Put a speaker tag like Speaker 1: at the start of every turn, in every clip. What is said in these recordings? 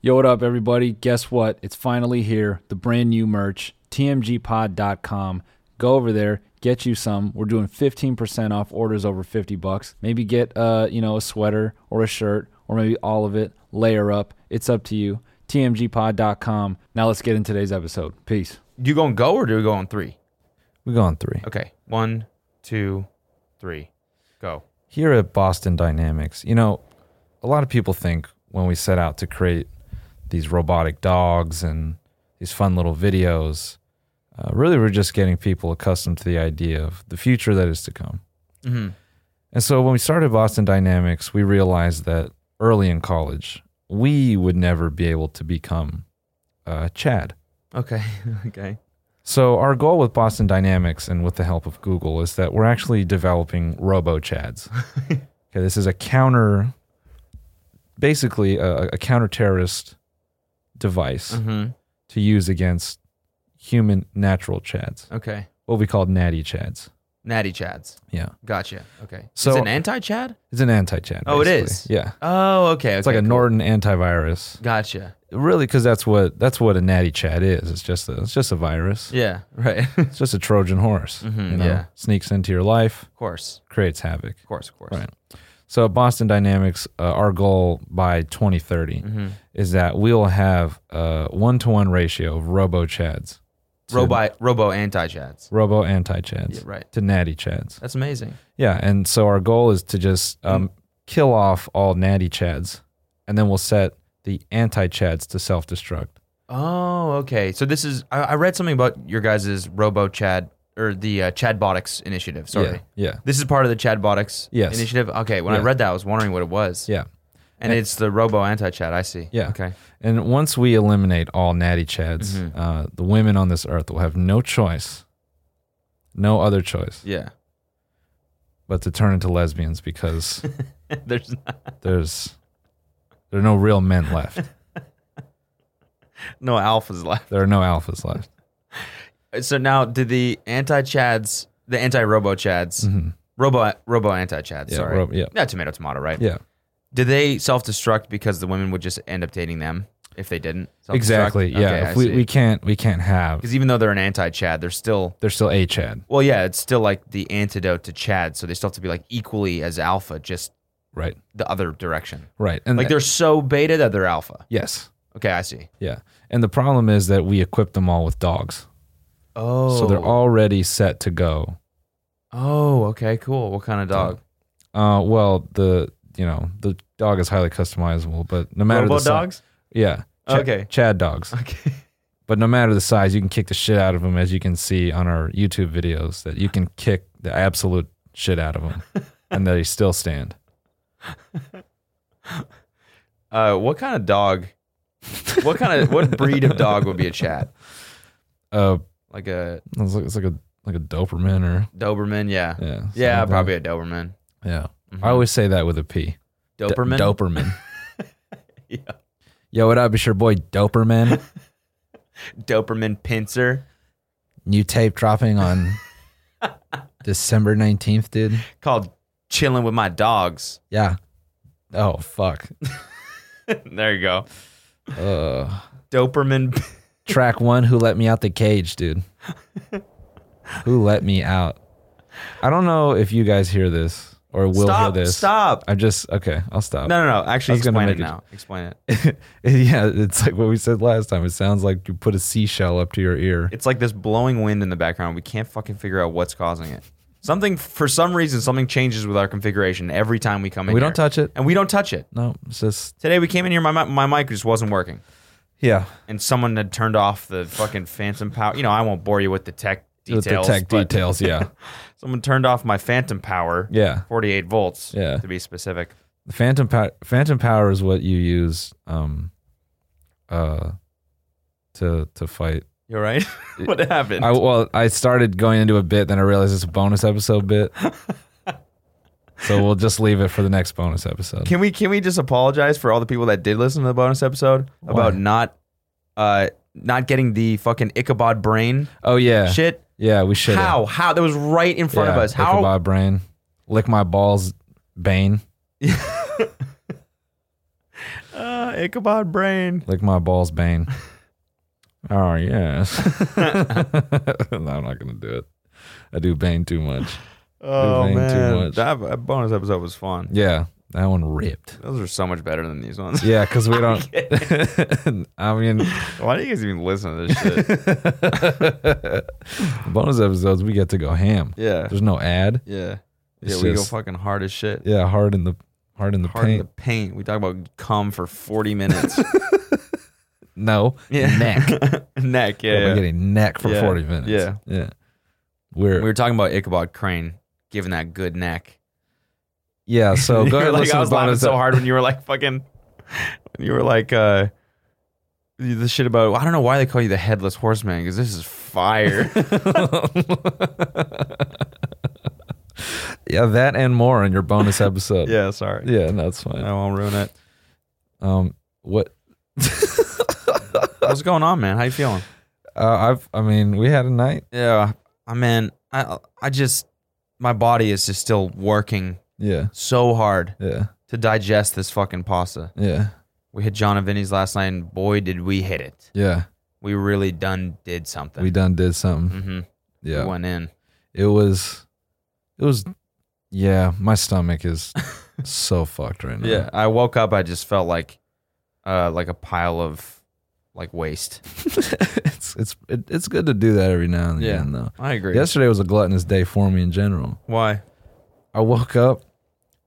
Speaker 1: Yo, what up, everybody? Guess what? It's finally here. The brand new merch, tmgpod.com. Go over there, get you some. We're doing 15% off orders over 50 bucks. Maybe get uh, you know, a sweater or a shirt or maybe all of it. Layer up. It's up to you. tmgpod.com. Now let's get in today's episode. Peace.
Speaker 2: You going to go or do we go on three?
Speaker 3: We go on three.
Speaker 2: Okay. One, two, three. Go.
Speaker 3: Here at Boston Dynamics, you know, a lot of people think when we set out to create these robotic dogs and these fun little videos, uh, really we're just getting people accustomed to the idea of the future that is to come.
Speaker 2: Mhm.
Speaker 3: And so when we started Boston Dynamics, we realized that early in college, we would never be able to become uh, Chad.
Speaker 2: Okay. okay.
Speaker 3: So our goal with Boston Dynamics and with the help of Google is that we're actually developing robo chads. okay, this is a counter, basically a, a counter terrorist device
Speaker 2: Mm-hmm.
Speaker 3: to use against human natural chads,
Speaker 2: Okay.
Speaker 3: what we call natty chads.
Speaker 2: Natty Chads.
Speaker 3: Yeah,
Speaker 2: Gotcha. Okay.
Speaker 3: So-
Speaker 2: it's an anti Chad?
Speaker 3: it's an anti-chad.
Speaker 2: Oh, it
Speaker 3: basically.
Speaker 2: is?
Speaker 3: Yeah,
Speaker 2: Oh, okay.
Speaker 3: it's like a
Speaker 2: okay, cool.
Speaker 3: Norton antivirus.
Speaker 2: Gotcha.
Speaker 3: Really, because that's what that's what a natty chad is. It's just a, it's just a virus.
Speaker 2: Yeah. Right. of
Speaker 3: It's just a Trojan horse.
Speaker 2: Mhm,
Speaker 3: you know?
Speaker 2: yeah.
Speaker 3: sneaks into your life,
Speaker 2: course.
Speaker 3: creates havoc.
Speaker 2: Of course. Of course.
Speaker 3: Right. So at Boston Dynamics, uh, our goal by 2030
Speaker 2: Mhm.
Speaker 3: is that we'll have a one-to-one ratio of robo chads, to-
Speaker 2: Robo, robo anti Chads.
Speaker 3: robo anti chads,
Speaker 2: Yeah, right.
Speaker 3: to natty chads.
Speaker 2: That's amazing.
Speaker 3: Yeah, and so our goal is to just
Speaker 2: Mm-hmm.
Speaker 3: um, kill off all natty chads, and then we'll set the anti chads to self-destruct.
Speaker 2: Oh, okay. So this is, I, I read something about your guys' Robo Chad or the uh, Chadbotics initiative. Sorry.
Speaker 3: Yeah, yeah,
Speaker 2: This is part of the Chadbotics
Speaker 3: Yes.
Speaker 2: initiative. Okay. When I
Speaker 3: Yeah.
Speaker 2: read that, I was wondering what it was.
Speaker 3: yeah.
Speaker 2: And it's the Robo anti Chad. I see.
Speaker 3: Yeah.
Speaker 2: Okay.
Speaker 3: And once we eliminate all natty chads,
Speaker 2: Mm-hmm.
Speaker 3: uh, the women on this earth will have no choice, no other choice
Speaker 2: Yeah.
Speaker 3: but to turn into lesbians because
Speaker 2: There's not,
Speaker 3: there's there are no real men left.
Speaker 2: no alphas left.
Speaker 3: There are no alphas left.
Speaker 2: So now, did the anti Chads, the anti Robo Chads, Robo Robo anti Chads,
Speaker 3: Mm-hmm. Yeah,
Speaker 2: sorry,
Speaker 3: ro- yeah.
Speaker 2: yeah, tomato tomato, right?
Speaker 3: Yeah,
Speaker 2: Did they self destruct because the women would just end up dating them if they didn't? self-destruct?
Speaker 3: exactly. Yeah,
Speaker 2: Okay,
Speaker 3: if we, we can't we can't have.
Speaker 2: because even though they're an anti Chad, they're still
Speaker 3: There's still a Chad,
Speaker 2: well, yeah, it's still like the antidote to Chad, so they still have to be like equally as alpha, just
Speaker 3: right?
Speaker 2: the other direction.
Speaker 3: Right. And
Speaker 2: Like they're so beta that they're alpha.
Speaker 3: yes,
Speaker 2: Okay, I see.
Speaker 3: yeah. And the problem is that we equip them all with dogs,
Speaker 2: Oh,
Speaker 3: so they're already set to go.
Speaker 2: Oh, okay, cool. What kind of dog?
Speaker 3: Uh, well, the you know the dog is highly customizable, but no matter
Speaker 2: Robo
Speaker 3: the si-
Speaker 2: dogs.
Speaker 3: yeah.
Speaker 2: Okay.
Speaker 3: Chad dogs.
Speaker 2: Okay.
Speaker 3: But no matter the size, you can kick the shit out of them, as you can see on our YouTube videos, that you can kick the absolute shit out of them and they still stand.
Speaker 2: Uh, what kind of dog? What kind of what breed of dog would be a Chad?
Speaker 3: Uh,
Speaker 2: Like a
Speaker 3: it's like, it's like a like a Doberman or
Speaker 2: Doberman? Yeah, yeah,
Speaker 3: yeah, something like
Speaker 2: probably a Doberman.
Speaker 3: that. yeah. I always say that with a P. D-
Speaker 2: Doberman.
Speaker 3: Doperman.
Speaker 2: Yeah.
Speaker 3: Yo, what up? It's your boy Doperman.
Speaker 2: Doberman pincer.
Speaker 3: New tape dropping on December nineteenth, dude.
Speaker 2: Called chilling with my dogs.
Speaker 3: Yeah. Oh fuck.
Speaker 2: there you go.
Speaker 3: Uh,
Speaker 2: Doberman.
Speaker 3: track one who let me out the cage dude who let me out i don't know if you guys hear this or will
Speaker 2: stop!
Speaker 3: hear this
Speaker 2: Stop!
Speaker 3: i just okay i'll stop
Speaker 2: No, no, no.
Speaker 3: I
Speaker 2: Actually,
Speaker 3: was gonna
Speaker 2: explain it
Speaker 3: make a-
Speaker 2: now. Explain it.
Speaker 3: yeah it's like what we said last time it sounds like you put a seashell up to your ear
Speaker 2: It's like this blowing wind in the background. We can't fucking figure out what's causing it. Something for some reason something changes with our configuration every time we come in.
Speaker 3: we
Speaker 2: here.
Speaker 3: don't touch it
Speaker 2: and we don't touch it.
Speaker 3: no it's just
Speaker 2: Today we came in here, my mi- my mic just wasn't working,
Speaker 3: yeah
Speaker 2: and someone had turned off the fucking phantom power. You know, I won't bore you with the tech
Speaker 3: with
Speaker 2: details.
Speaker 3: the tech
Speaker 2: but
Speaker 3: details yeah
Speaker 2: Someone turned off my phantom power.
Speaker 3: yeah
Speaker 2: forty-eight volts.
Speaker 3: Yeah.
Speaker 2: to be specific.
Speaker 3: The phantom power phantom power is what you use um uh to to fight
Speaker 2: You're right. what happened?
Speaker 3: I well, I started going into a bit, then I realized it's a bonus episode bit. so we'll just leave it for the next bonus episode.
Speaker 2: Can we can we just apologize for all the people that did listen to the bonus episode about not uh not getting the fucking Ichabod brain
Speaker 3: oh yeah,
Speaker 2: shit?
Speaker 3: yeah, we should.
Speaker 2: How? How? That was right in front of us. How?
Speaker 3: Lick my brain, lick my balls, Bane,
Speaker 2: Uh, Ichabod brain.
Speaker 3: lick my balls, Bane. oh yes, no, I'm not gonna do it. I do Bane too much.
Speaker 2: Oh
Speaker 3: Bane too
Speaker 2: man,
Speaker 3: much.
Speaker 2: that, that bonus episode was fun.
Speaker 3: Yeah, that one ripped.
Speaker 2: Those are so much better than these ones.
Speaker 3: Yeah, because we don't. I mean,
Speaker 2: Why do you guys even listen to this shit?
Speaker 3: bonus episodes we get to go ham.
Speaker 2: Yeah.
Speaker 3: There's no ad.
Speaker 2: Yeah. Yeah,
Speaker 3: It's
Speaker 2: we
Speaker 3: just-
Speaker 2: go fucking hard as shit.
Speaker 3: Yeah, hard in the hard in the
Speaker 2: Hard in
Speaker 3: paint.
Speaker 2: the paint. We talk about cum for 40 minutes.
Speaker 3: no,
Speaker 2: Yeah.
Speaker 3: neck.
Speaker 2: Neck, yeah.
Speaker 3: We're
Speaker 2: yeah.
Speaker 3: getting neck for
Speaker 2: Yeah,
Speaker 3: 40 minutes.
Speaker 2: yeah.
Speaker 3: yeah. We're,
Speaker 2: We were talking about Ichabod Crane giving that good neck.
Speaker 3: yeah. So
Speaker 2: You're
Speaker 3: go ahead. and
Speaker 2: like,
Speaker 3: listen
Speaker 2: I was
Speaker 3: to
Speaker 2: laughing
Speaker 3: bonus
Speaker 2: so hard when you were like fucking. You were like, uh, the shit about I don't know why they call you the headless horseman because this is fire.
Speaker 3: Yeah, that and more in your bonus episode.
Speaker 2: yeah, sorry.
Speaker 3: yeah, no, it's fine.
Speaker 2: I won't ruin it.
Speaker 3: Um, what
Speaker 2: What's going on, man? How you feeling?
Speaker 3: uh, I've, I mean, we had a night.
Speaker 2: Yeah, I mean, I I just my body is just still working
Speaker 3: Yeah,
Speaker 2: so hard
Speaker 3: yeah,
Speaker 2: to digest this fucking pasta.
Speaker 3: yeah,
Speaker 2: We hit John and Vinny's last night, and boy, did we hit it.
Speaker 3: yeah.
Speaker 2: We really done did something.
Speaker 3: We done did something.
Speaker 2: mm-hmm.
Speaker 3: Yeah,
Speaker 2: went in.
Speaker 3: it was, it was, yeah. My stomach is so fucked right now.
Speaker 2: Yeah, I woke up. I just felt like, uh, like a pile of, like waste.
Speaker 3: it's it's it, it's good to do that every now and
Speaker 2: Yeah.
Speaker 3: again though.
Speaker 2: I agree.
Speaker 3: Yesterday was a gluttonous day for me in general.
Speaker 2: Why?
Speaker 3: I woke up,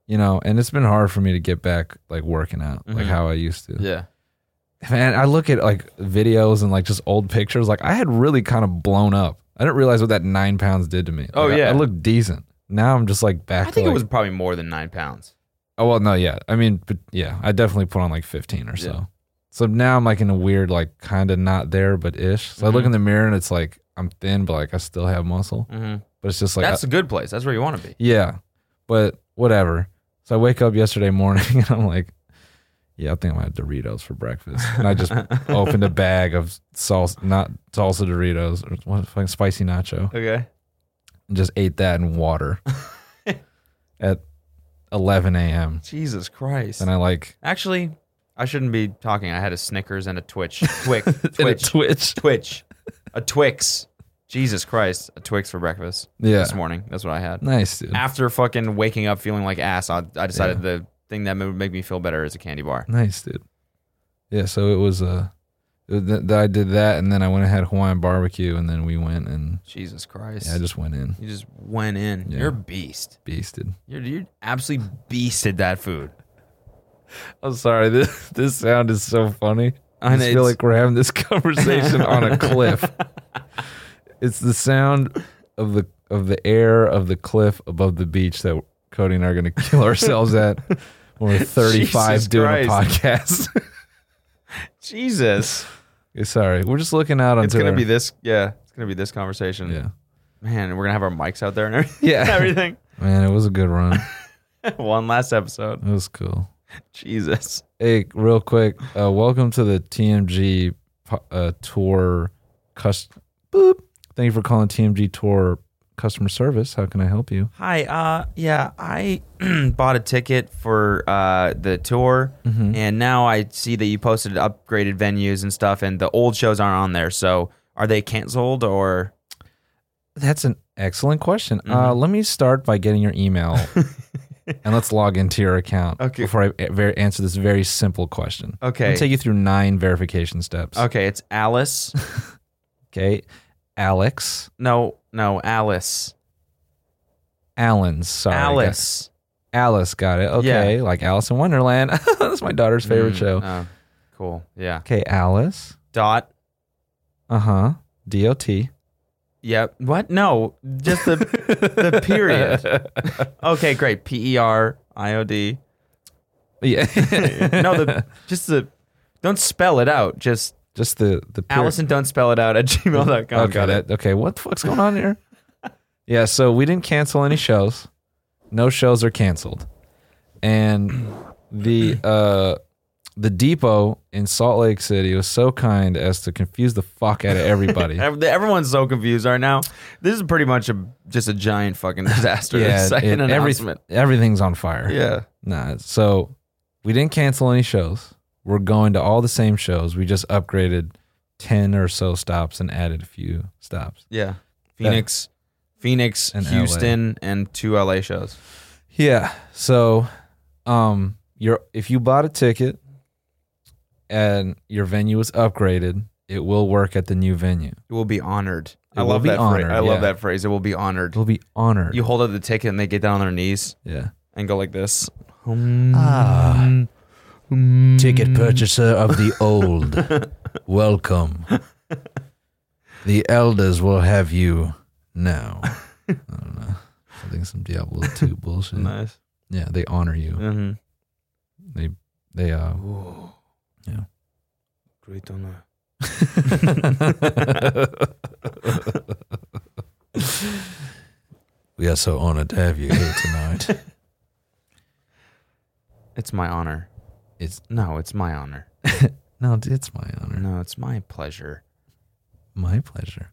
Speaker 3: you know, and it's been hard for me to get back like working out like
Speaker 2: Mhm.
Speaker 3: how I used to.
Speaker 2: Yeah.
Speaker 3: Man, I look at like videos and like just old pictures. Like I had really kind of blown up. I didn't realize what that nine pounds did to me.
Speaker 2: Oh,
Speaker 3: Like, I-
Speaker 2: yeah.
Speaker 3: I, looked decent. Now I'm just like back.
Speaker 2: I think it
Speaker 3: to,
Speaker 2: was
Speaker 3: like-
Speaker 2: probably more than nine pounds.
Speaker 3: Oh well, no, yeah. I mean, but yeah, I definitely put on like 15 or so.
Speaker 2: Yeah.
Speaker 3: So now I'm like in a weird, like kind of not there, but ish. So I look
Speaker 2: Mhm.
Speaker 3: in the mirror and it's like I'm thin, but like I still have muscle.
Speaker 2: Mm-hmm.
Speaker 3: But it's just like
Speaker 2: That's a good place. That's where you want to be.
Speaker 3: Yeah, but whatever. So I wake up yesterday morning and I'm like, yeah, I think I'm gonna have Doritos for breakfast. And I just opened a bag of salsa, not salsa Doritos, or what the fuck, spicy nacho,
Speaker 2: Okay.
Speaker 3: and just ate that in water at 11 a.m.
Speaker 2: Jesus Christ.
Speaker 3: And I like
Speaker 2: Actually, I shouldn't be talking. I had a Snickers and a Twitch. Twick.
Speaker 3: and it
Speaker 2: Twitch.
Speaker 3: twitch.
Speaker 2: Twitch. A Twix. Jesus Christ. A Twix for breakfast
Speaker 3: Yeah,
Speaker 2: this morning. That's what I had.
Speaker 3: nice dude.
Speaker 2: After fucking waking up feeling like ass, I, I decided the thing that would make me feel better is a candy bar.
Speaker 3: Nice dude. Yeah, so it was uh, th- th- I did that, and then I went and had Hawaiian barbecue, and then we went and
Speaker 2: Jesus Christ.
Speaker 3: yeah, I just went in,
Speaker 2: you just went in.
Speaker 3: Yeah.
Speaker 2: You're a beast.
Speaker 3: beasted.
Speaker 2: You're, you're absolutely beasted that food.
Speaker 3: I'm sorry. This this sound is so funny. I
Speaker 2: And
Speaker 3: just feel
Speaker 2: it's-
Speaker 3: like we're having this conversation on a cliff. It's the sound of the of the air of the cliff above the beach that Cody and I are going to kill ourselves at when we're 35
Speaker 2: Jesus
Speaker 3: doing
Speaker 2: Christ.
Speaker 3: a podcast.
Speaker 2: Jesus.
Speaker 3: Okay, sorry, we're just looking out onto.
Speaker 2: It's going to
Speaker 3: our-
Speaker 2: be this. Yeah. It's going to be this conversation.
Speaker 3: yeah,
Speaker 2: Man, we're going to have our mics out there and everything.
Speaker 3: Yeah.
Speaker 2: everything.
Speaker 3: man. It was a good run.
Speaker 2: One last episode.
Speaker 3: It was cool.
Speaker 2: Jesus.
Speaker 3: Hey, real quick, uh, welcome to the TMG po- uh, tour. Cust- Boop. Thank you for calling TMG tour customer service. How can I help you?
Speaker 2: Hi, uh, yeah, I bought a ticket for uh, the tour,
Speaker 3: Mm-hmm.
Speaker 2: and now I see that you posted upgraded venues and stuff, and the old shows aren't on there. So are they canceled or?
Speaker 3: That's an excellent question.
Speaker 2: Mm-hmm.
Speaker 3: Uh, let me start by getting your email, and let's log into your account
Speaker 2: Okay.
Speaker 3: before I a- ver- answer this very simple question.
Speaker 2: Okay.
Speaker 3: i take you through nine verification steps.
Speaker 2: Okay, it's Alice.
Speaker 3: Okay. Alex,
Speaker 2: no, no, Alice.
Speaker 3: Allen's. Sorry, guys.
Speaker 2: Alice.
Speaker 3: Alice got it. Okay, like Alice in Wonderland. That's my daughter's favorite
Speaker 2: Mm,
Speaker 3: show.
Speaker 2: oh, cool. Yeah.
Speaker 3: Okay, Alice.
Speaker 2: Dot.
Speaker 3: Uh huh. DOT.
Speaker 2: Yep. What? No, just the the period. Okay, great. P E R I O D.
Speaker 3: Yeah.
Speaker 2: No, the just the. Don't spell it out. Just
Speaker 3: Just the the pure-
Speaker 2: Allison, don't spell it out at gmail.com.
Speaker 3: okay, that, okay. What the fuck's going on here? yeah, so we didn't cancel any shows. No shows are canceled, and the uh, the depot in Salt Lake City was so kind as to confuse the fuck out of everybody.
Speaker 2: Ev- Everyone's so confused right now. This is pretty much a, just a giant fucking disaster.
Speaker 3: yeah,
Speaker 2: Second
Speaker 3: it- every-
Speaker 2: announcement.
Speaker 3: everything's on fire.
Speaker 2: yeah.
Speaker 3: Nah, so we didn't cancel any shows. We're going to all the same shows. We just upgraded ten or so stops and added a few stops.
Speaker 2: Yeah. Phoenix, Phoenix,
Speaker 3: And LA.
Speaker 2: Houston, and two LA shows.
Speaker 3: Yeah. So, um, your if you bought a ticket and your venue was upgraded, it will work at the new venue.
Speaker 2: It will be honored.
Speaker 3: It
Speaker 2: I
Speaker 3: will
Speaker 2: love
Speaker 3: be
Speaker 2: that phrase.
Speaker 3: honored,
Speaker 2: I love
Speaker 3: yeah.
Speaker 2: that phrase. It will be honored.
Speaker 3: It'll be honored.
Speaker 2: You hold up the ticket and they get down on their knees
Speaker 3: yeah.
Speaker 2: and go like this.
Speaker 3: Ah. Ticket purchaser of the old, welcome. The elders will have you now. I don't know. I think some Diablo 2 bullshit.
Speaker 2: Nice.
Speaker 3: Yeah, they honor you.
Speaker 2: Mm-hmm.
Speaker 3: They, they, uh,
Speaker 2: Oh.
Speaker 3: Yeah.
Speaker 2: Great honor.
Speaker 3: we are so honored to have you here tonight.
Speaker 2: It's my honor.
Speaker 3: It's-
Speaker 2: no, it's my honor.
Speaker 3: no, it's my honor.
Speaker 2: No, it's my pleasure.
Speaker 3: My pleasure.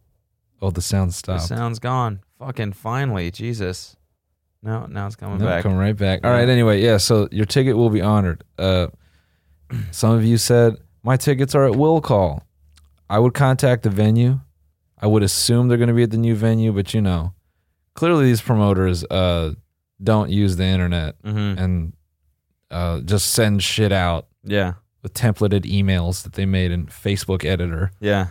Speaker 3: Oh, the sound
Speaker 2: The
Speaker 3: stopped.
Speaker 2: sound's gone. Fucking finally, Jesus. No, now it's coming
Speaker 3: Nope,
Speaker 2: back.
Speaker 3: Come right back. All right.
Speaker 2: Yeah.
Speaker 3: Anyway, yeah. So your ticket will be honored. Uh, some of you said my tickets are at will call. I would contact the venue. I would assume they're going to be at the new venue, but you know, clearly these promoters uh, don't use the internet
Speaker 2: hmm
Speaker 3: and uh, just send shit out
Speaker 2: Yeah,
Speaker 3: with templated emails that they made in Facebook Editor.
Speaker 2: yeah,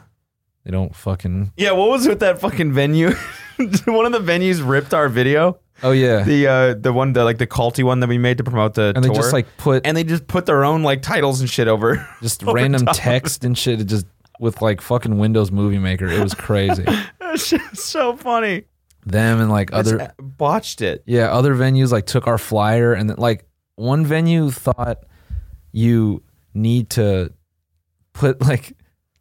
Speaker 3: They don't fucking.
Speaker 2: yeah. What was with that fucking venue? one of the venues ripped our video.
Speaker 3: Oh yeah,
Speaker 2: The uh, the one, the like the culty one that we made to promote the
Speaker 3: and they
Speaker 2: tour.
Speaker 3: just like put
Speaker 2: and they just put their own like titles and shit over.
Speaker 3: just
Speaker 2: over
Speaker 3: random
Speaker 2: top.
Speaker 3: text and shit. It just with like fucking Windows Movie Maker. It was crazy.
Speaker 2: That shit's so funny.
Speaker 3: them and like
Speaker 2: Other
Speaker 3: other
Speaker 2: botched it.
Speaker 3: yeah other venues like took our flyer and then, like one venue thought you need to put like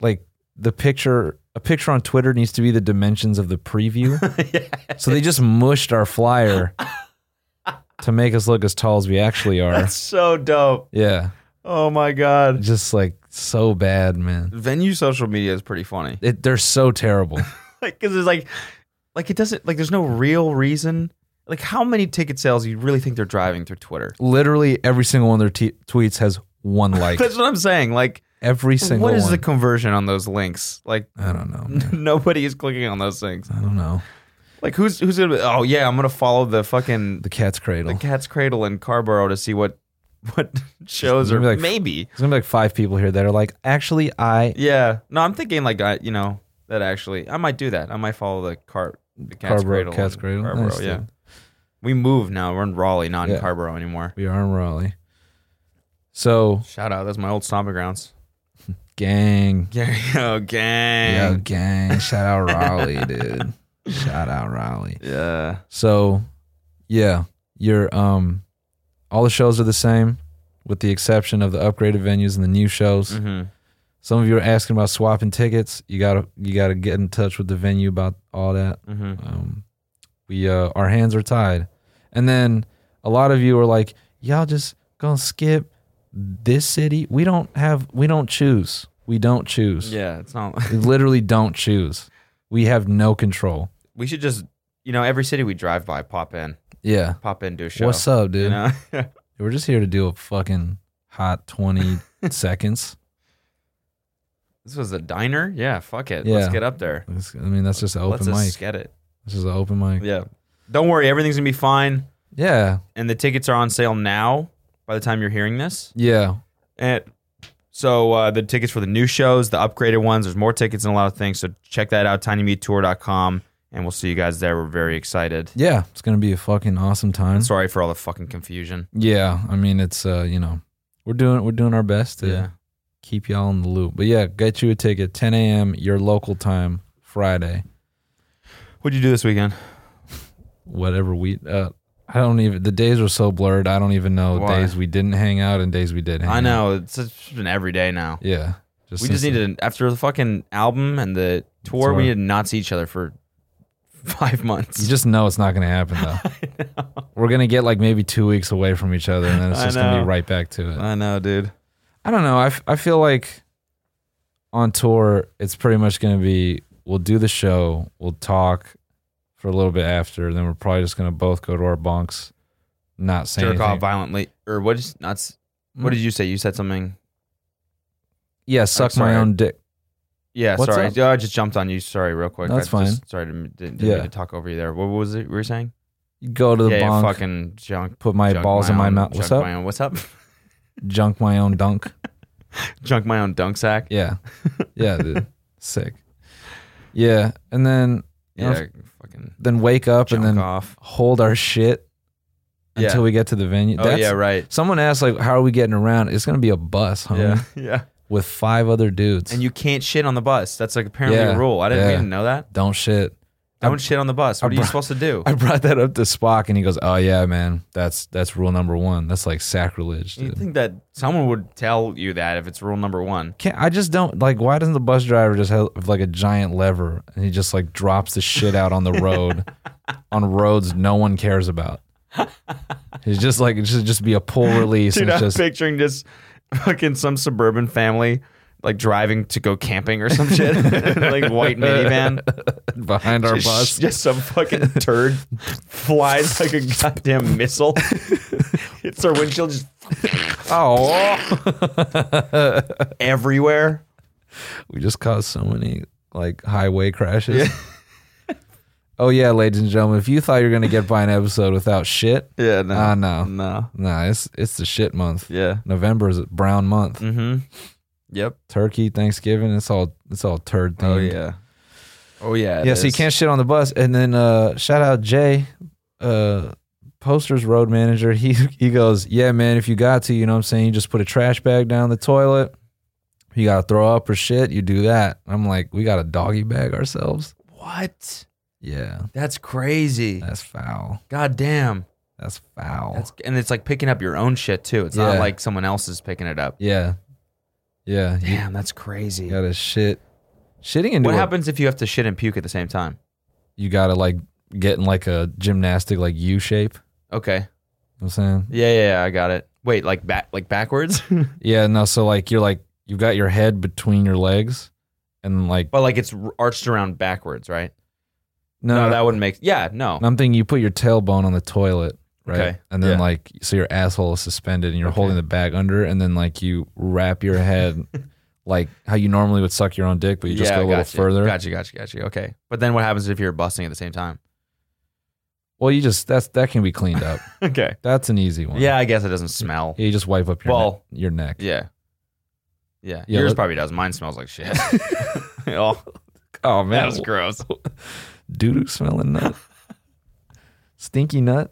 Speaker 3: like the picture a picture on Twitter needs to be the dimensions of the preview. So they just mushed our flyer to make us look as tall as we actually are.
Speaker 2: That's so dope.
Speaker 3: yeah.
Speaker 2: Oh my god.
Speaker 3: Just like so bad, man.
Speaker 2: Venue social media is pretty funny.
Speaker 3: It, they're so terrible.
Speaker 2: like because it's like like it doesn't like there's no real reason like how many ticket sales you really think they're driving through twitter
Speaker 3: Literally every single one of their t- tweets has one like.
Speaker 2: that's what i'm saying like
Speaker 3: every single
Speaker 2: what is
Speaker 3: one.
Speaker 2: the conversion on those links like
Speaker 3: I don't know. man.
Speaker 2: nobody is clicking on those things
Speaker 3: I don't know.
Speaker 2: like who's who's gonna be, oh yeah i'm gonna follow the fucking
Speaker 3: The cat's cradle.
Speaker 2: the cat's cradle in carborough to see what what shows
Speaker 3: Maybe
Speaker 2: or
Speaker 3: like-
Speaker 2: maybe
Speaker 3: There's gonna be like five people here that are like, actually, I
Speaker 2: yeah no i'm thinking like i you know that actually i might do that i might follow the car the cat's
Speaker 3: Carborough
Speaker 2: cradle
Speaker 3: Cat's
Speaker 2: in
Speaker 3: Cradle.
Speaker 2: Carborough,
Speaker 3: Nice,
Speaker 2: yeah
Speaker 3: dude.
Speaker 2: we move now we're in raleigh not
Speaker 3: Yeah.
Speaker 2: in carborough anymore
Speaker 3: we are in Raleigh. So
Speaker 2: Shout out. That's my old stomping grounds.
Speaker 3: gang,
Speaker 2: Yo,
Speaker 3: yo
Speaker 2: gang.
Speaker 3: gang, shout out Raleigh, dude. Shout out Raleigh.
Speaker 2: Yeah.
Speaker 3: So yeah, your um, all the shows are the same, with the exception of the upgraded venues and the new shows.
Speaker 2: hmm
Speaker 3: Some of you are asking about swapping tickets. You gotta you gotta get in touch with the venue about all that.
Speaker 2: hmm
Speaker 3: um, we uh, our hands are tied. And then a lot of you are like, y'all just gonna skip this city. We don't have, we don't choose. We don't choose.
Speaker 2: Yeah. It's not.
Speaker 3: We literally don't choose. We have no control.
Speaker 2: We should just, you know, every city we drive by, pop in,
Speaker 3: Yeah.
Speaker 2: pop in, do a show.
Speaker 3: What's up, dude?
Speaker 2: You know?
Speaker 3: We're just here to do a fucking hot twenty seconds.
Speaker 2: this was a diner. Yeah. Fuck it.
Speaker 3: Yeah.
Speaker 2: Let's get up there.
Speaker 3: It's- I mean, that's just an
Speaker 2: Let's
Speaker 3: open mic.
Speaker 2: just get it.
Speaker 3: This is an open mic.
Speaker 2: Yeah. Don't worry. Everything's gonna be fine.
Speaker 3: Yeah,
Speaker 2: And the tickets are on sale now. By the time you're hearing this,
Speaker 3: yeah.
Speaker 2: and so uh, the tickets for the new shows, the upgraded ones, there's more tickets and a lot of things. So check that out, tinymeattour.com, and we'll see you guys there. We're very excited.
Speaker 3: Yeah, It's gonna be a fucking awesome time.
Speaker 2: Sorry for all the fucking confusion.
Speaker 3: Yeah, I mean, it's uh, you know, we're doing we're doing our best to keep y'all in the loop. But yeah, get you a ticket, 10 a.m. your local time, Friday,
Speaker 2: What'd you do this weekend?
Speaker 3: whatever we. Uh, I don't even. The days are so blurred. I don't even know
Speaker 2: Why?
Speaker 3: days we didn't hang out and days we did. Hang
Speaker 2: I
Speaker 3: out.
Speaker 2: know it's, it's been every day now.
Speaker 3: Yeah, Just
Speaker 2: we just
Speaker 3: since-
Speaker 2: needed an, after the fucking album and the tour,
Speaker 3: That's
Speaker 2: we
Speaker 3: why-
Speaker 2: need to not see each other for five months.
Speaker 3: You just know it's not going to happen though. We're going to get like maybe 2 weeks away from each other and then it's
Speaker 2: I
Speaker 3: just going to
Speaker 2: know.
Speaker 3: be right back to it.
Speaker 2: I know, dude.
Speaker 3: I don't know. I, f- I feel like on tour, it's pretty much going to be we'll do the show, we'll talk for a little bit after, then we're probably just going to both go to our bunks, not say
Speaker 2: Jerk
Speaker 3: anything. Mm.
Speaker 2: off violently, or what is not? s- What did you say? You said something.
Speaker 3: Yeah, suck my
Speaker 2: sorry.
Speaker 3: own dick.
Speaker 2: Yeah,
Speaker 3: What's
Speaker 2: sorry.
Speaker 3: up?
Speaker 2: Oh, I just jumped on you. Sorry, real quick.
Speaker 3: That's
Speaker 2: I
Speaker 3: fine.
Speaker 2: Just, sorry, didn't, didn't mean
Speaker 3: Yeah.
Speaker 2: to talk over you there. What was it you were saying?
Speaker 3: You go to the
Speaker 2: yeah,
Speaker 3: bunk,
Speaker 2: yeah, fucking junk.
Speaker 3: put my
Speaker 2: junk
Speaker 3: balls in my
Speaker 2: own-
Speaker 3: mouth. What's
Speaker 2: junk
Speaker 3: up?
Speaker 2: My own, what's up?
Speaker 3: Junk my own dunk.
Speaker 2: junk my own dunk sack.
Speaker 3: Yeah. Yeah, dude. Sick. Yeah, and then
Speaker 2: Yeah,
Speaker 3: Yeah.
Speaker 2: fucking
Speaker 3: then wake up
Speaker 2: junk
Speaker 3: and then
Speaker 2: off.
Speaker 3: hold our shit
Speaker 2: Yeah.
Speaker 3: until we get to the venue.
Speaker 2: Oh yeah, right.
Speaker 3: Someone asked like, "How are we getting around?" It's gonna be a bus, homie,
Speaker 2: Yeah, yeah.
Speaker 3: with five other dudes.
Speaker 2: And you can't shit on the bus. That's like apparently
Speaker 3: Yeah,
Speaker 2: a rule. I didn't, we
Speaker 3: yeah.
Speaker 2: didn't know that.
Speaker 3: don't shit.
Speaker 2: Don't shit on the bus. What are you supposed to do?
Speaker 3: I brought that up to Spock, and he goes, "Oh yeah, man, that's that's rule number one. That's like sacrilege."
Speaker 2: You
Speaker 3: Dude.
Speaker 2: think that someone would tell you that if it's rule number one?
Speaker 3: Can't, I just don't like. Why doesn't the bus driver just have like a giant lever and he just like drops the shit out on the road, on roads no one cares about? It's just like it should just be a pull release.
Speaker 2: Dude,
Speaker 3: and
Speaker 2: I'm
Speaker 3: it's just
Speaker 2: picturing just fucking some suburban family like driving to go camping or some shit, like white minivan.
Speaker 3: behind our
Speaker 2: Just-
Speaker 3: bus.
Speaker 2: Just some fucking turd flies like a goddamn missile. Hits their windshield just
Speaker 3: Oh,
Speaker 2: everywhere.
Speaker 3: we just caused so many like highway crashes. oh yeah, ladies and gentlemen, if you thought you were gonna get by an episode without shit,
Speaker 2: Yeah, no. Mm.
Speaker 3: Ah, no.
Speaker 2: No.
Speaker 3: nah, it's it's the shit month.
Speaker 2: Yeah.
Speaker 3: November is a brown month.
Speaker 2: Mm-hmm. Yep.
Speaker 3: Turkey, Thanksgiving, it's all it's all turd themed.
Speaker 2: Oh yeah. Oh yeah. it
Speaker 3: yeah. So you
Speaker 2: is.
Speaker 3: can't shit on the bus. And then uh, shout out Jay, uh, posters road manager. He he goes, yeah, man. If you got to, you know what I'm saying, you just put a trash bag down the toilet. If You gotta throw up or shit. You do that. I'm like, we gotta doggy bag ourselves.
Speaker 2: What?
Speaker 3: Yeah,
Speaker 2: That's crazy.
Speaker 3: that's foul.
Speaker 2: God damn.
Speaker 3: That's foul.
Speaker 2: That's and it's like picking up your own shit too. It's not
Speaker 3: Yeah.
Speaker 2: like someone else is picking it up.
Speaker 3: yeah, yeah. You
Speaker 2: Damn, that's crazy.
Speaker 3: gotta shit. Shitting into
Speaker 2: What
Speaker 3: a-
Speaker 2: happens if you have to shit and puke at the same time?
Speaker 3: You gotta like get in like a gymnastic like U shape.
Speaker 2: Okay.
Speaker 3: You know what I'm saying.
Speaker 2: Yeah, yeah, yeah, I got it. Wait, like back like backwards?
Speaker 3: Yeah, no. So like you're like you've got your head between your legs, and like
Speaker 2: but like it's r- arched around backwards, right?
Speaker 3: no,
Speaker 2: no, that wouldn't make Yeah, no.
Speaker 3: I'm thinking you put your tailbone on the toilet, right?
Speaker 2: Okay,
Speaker 3: And then
Speaker 2: yeah.
Speaker 3: like so your asshole is suspended, and you're
Speaker 2: Okay.
Speaker 3: holding the bag under, and then like you wrap your head like how you normally would suck your own dick, but you just
Speaker 2: yeah,
Speaker 3: go a little
Speaker 2: gotcha,
Speaker 3: further.
Speaker 2: Gotcha, gotcha, gotcha. Okay. But then what happens if you're busting at the same time?
Speaker 3: Well, you just that's that can be cleaned up.
Speaker 2: Okay.
Speaker 3: that's an easy one.
Speaker 2: Yeah, I guess it doesn't smell.
Speaker 3: Yeah, you just wipe up your
Speaker 2: Well,
Speaker 3: ne- your neck.
Speaker 2: Yeah. Yeah.
Speaker 3: Yeah,
Speaker 2: Yours
Speaker 3: let-
Speaker 2: probably does. Mine smells like shit. oh,
Speaker 3: Oh
Speaker 2: that
Speaker 3: man,
Speaker 2: was gross.
Speaker 3: doo doo smelling nut, stinky nut.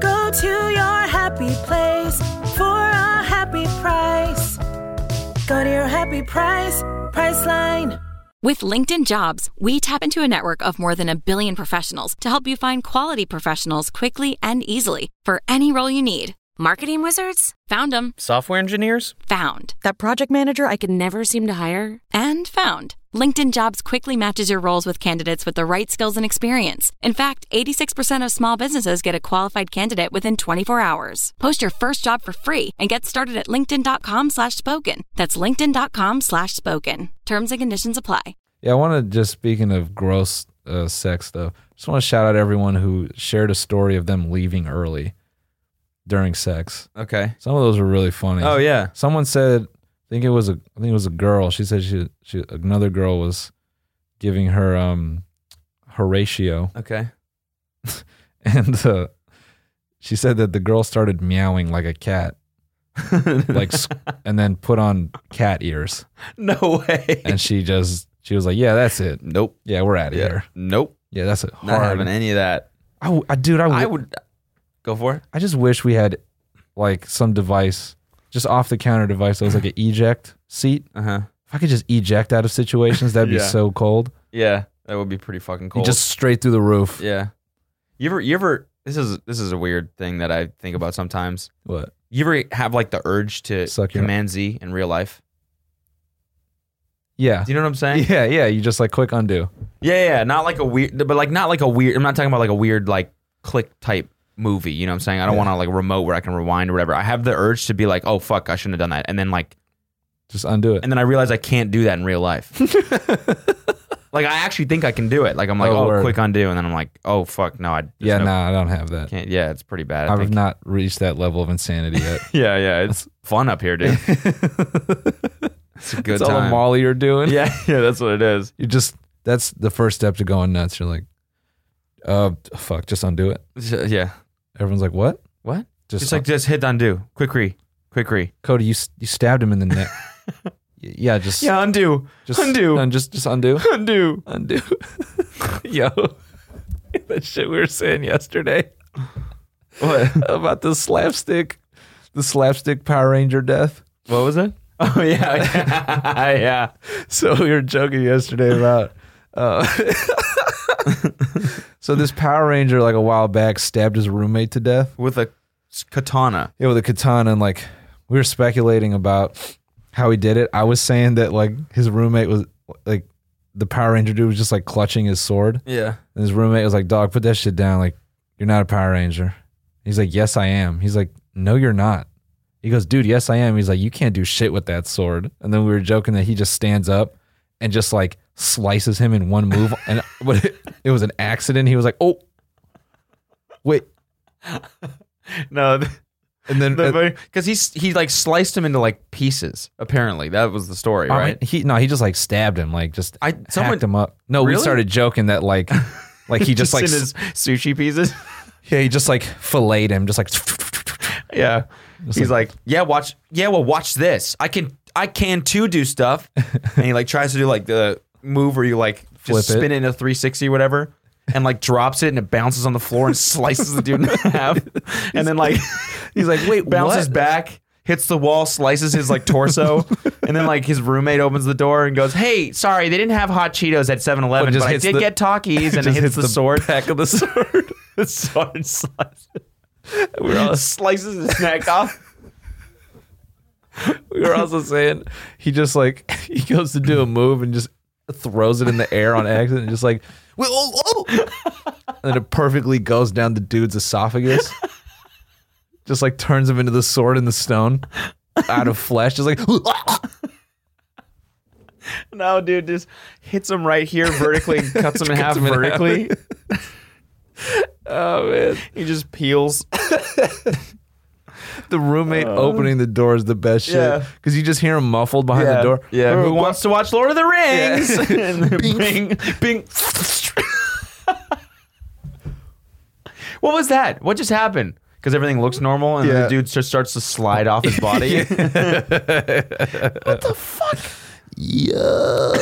Speaker 4: Go to your happy place for a happy price. Go to your happy price, Priceline.
Speaker 5: With LinkedIn Jobs, we tap into a network of more than a billion professionals to help you find quality professionals quickly and easily for any role you need. Marketing wizards? Found them.
Speaker 6: Software engineers?
Speaker 5: Found.
Speaker 7: That project manager I could never seem to hire.
Speaker 5: And found. LinkedIn Jobs quickly matches your roles with candidates with the right skills and experience. In fact, 86% of small businesses get a qualified candidate within 24 hours. Post your first job for free and get started at linkedin.com slash spoken. That's linkedin.com slash spoken. Terms and conditions apply.
Speaker 3: Yeah, I want to just speaking of gross uh, sex stuff. Just want to shout out everyone who shared a story of them leaving early during sex.
Speaker 2: Okay.
Speaker 3: Some of those were really funny.
Speaker 2: Oh yeah.
Speaker 3: Someone said, I think it was a, I think it was a girl. She said she, she another girl was giving her um Horatio,
Speaker 2: Okay.
Speaker 3: and uh, she said that the girl started meowing like a cat, like, s- and then put on cat ears,
Speaker 2: no way.
Speaker 3: and she just She was like, "Yeah, that's it.
Speaker 2: Nope.
Speaker 3: Yeah, we're out of here.
Speaker 2: Nope.
Speaker 3: Yeah, that's a hard."
Speaker 2: Not having any of that.
Speaker 3: I, w- I- dude, I w-
Speaker 2: I would go for it.
Speaker 3: I just wish we had like some device, just off the counter device that was like an eject seat.
Speaker 2: Uh huh.
Speaker 3: If I could just eject out of situations, that'd
Speaker 2: Yeah.
Speaker 3: be so cold.
Speaker 2: Yeah, that would be pretty fucking cool.
Speaker 3: Just straight through the roof.
Speaker 2: yeah. You ever you ever this is this is a weird thing that I think about sometimes.
Speaker 3: What?
Speaker 2: You ever have like the urge to
Speaker 3: Suck your-
Speaker 2: command Z in real life?
Speaker 3: Yeah.
Speaker 2: Do you know what I'm saying?
Speaker 3: Yeah, yeah. You just like quick undo.
Speaker 2: Yeah, yeah, not like a weird, but like not like a weird. I'm not talking about like a weird like click type movie. You know what I'm saying? I don't want to like remote where I can rewind or whatever. I have the urge to be like, oh fuck, I shouldn't have done that, and then like,
Speaker 3: Just undo it.
Speaker 2: and then I realize I can't do that in real life. like I actually think I can do it. Like I'm like,
Speaker 3: Oh,
Speaker 2: oh,
Speaker 3: word.
Speaker 2: quick undo, and then I'm like, oh fuck, no, I there's
Speaker 3: yeah,
Speaker 2: no,
Speaker 3: no, nah, I don't have that.
Speaker 2: can't. Yeah, it's pretty bad. I
Speaker 3: I've
Speaker 2: think.
Speaker 3: not reached that level of insanity yet.
Speaker 2: yeah, yeah, it's fun up here, dude. it's a good
Speaker 3: That's all the
Speaker 2: time.
Speaker 3: Molly you're doing.
Speaker 2: yeah, yeah, that's what it is.
Speaker 3: You just that's the first step to going nuts. You're like, uh, fuck, just undo it.
Speaker 2: Yeah,
Speaker 3: Everyone's like, what?
Speaker 2: what?
Speaker 3: Just
Speaker 2: It's like just hit undo, quick re, quick re.
Speaker 3: Cody, you s- you stabbed him in the neck. Y- yeah, just
Speaker 2: Yeah, undo,
Speaker 3: just
Speaker 2: undo.
Speaker 3: un- just just undo,
Speaker 2: undo.
Speaker 3: undo. Yo, that shit we were saying yesterday
Speaker 2: What?
Speaker 3: about the slapstick, the slapstick Power Ranger death.
Speaker 2: What was it? Oh yeah, yeah.
Speaker 3: So we were joking yesterday about. Uh, so this Power Ranger, like a while back, stabbed his roommate to death.
Speaker 2: With a s- katana.
Speaker 3: yeah, with a katana and like we were speculating about how he did it. I was saying that like his roommate was like the Power Ranger dude was just like clutching his sword.
Speaker 2: Yeah.
Speaker 3: And his roommate was like, Dog, put that shit down. Like, you're not a Power Ranger. He's like, Yes, I am. He's like, No, you're not. He goes, Dude, yes, I am. He's like, You can't do shit with that sword. And then we were joking that he just stands up and just like slices him in one move. and but it, it was an accident. He was like, Oh, wait.
Speaker 2: No,
Speaker 3: And then uh,
Speaker 2: because he's he like sliced him into like pieces. Apparently, that was the story,
Speaker 3: I mean,
Speaker 2: right?
Speaker 3: he no, he just like stabbed him, like just
Speaker 2: I-
Speaker 3: I
Speaker 2: someone-
Speaker 3: hacked him up. No, we
Speaker 2: Really?
Speaker 3: started joking that like, like he just, like
Speaker 2: in his
Speaker 3: s-
Speaker 2: sushi pieces.
Speaker 3: yeah, he just like filleted him, just like
Speaker 2: yeah. He's like, yeah, watch. Yeah, well, watch this. I can, I can too do stuff. and he like tries to do like the move where you like
Speaker 3: Flip
Speaker 2: just spin
Speaker 3: it.
Speaker 2: it in a 360 or whatever. And like drops it and it bounces on the floor and slices the dude in half. And then like
Speaker 3: he's like wait
Speaker 2: bounces
Speaker 3: what?
Speaker 2: back, hits the wall, slices his like torso, and then like his roommate opens the door and goes, "Hey, sorry, they didn't have hot Cheetos at 7-Eleven,
Speaker 3: But
Speaker 2: but,
Speaker 3: just
Speaker 2: I
Speaker 3: hits
Speaker 2: did
Speaker 3: the-
Speaker 2: get Takis." And it
Speaker 3: just
Speaker 2: hits,
Speaker 3: hits
Speaker 2: the,
Speaker 3: the
Speaker 2: sword back of the sword. the sword slices. slices his neck off.
Speaker 3: We were also saying he just like he goes to do a move and just throws it in the air on accident, and just like "Wait, oh, oh!" and then it perfectly goes down the dude's esophagus, just like turns him into the sword and the stone out of flesh, just like
Speaker 2: No, dude, just hits him right here vertically, and cuts him in half
Speaker 3: him in half.
Speaker 2: vertically. oh man, he just peels.
Speaker 3: the roommate opening the door is the best
Speaker 2: Uh. Yeah.
Speaker 3: shit because you just hear him muffled behind the door.
Speaker 2: Yeah,
Speaker 3: Or
Speaker 2: who
Speaker 3: what-
Speaker 2: wants to watch Lord of the Rings? and then
Speaker 3: Bing.
Speaker 2: bing, bing. what was that? What just happened? Because everything looks normal, and then the
Speaker 3: Yeah.
Speaker 2: dude just starts to slide off his body.
Speaker 3: Yo.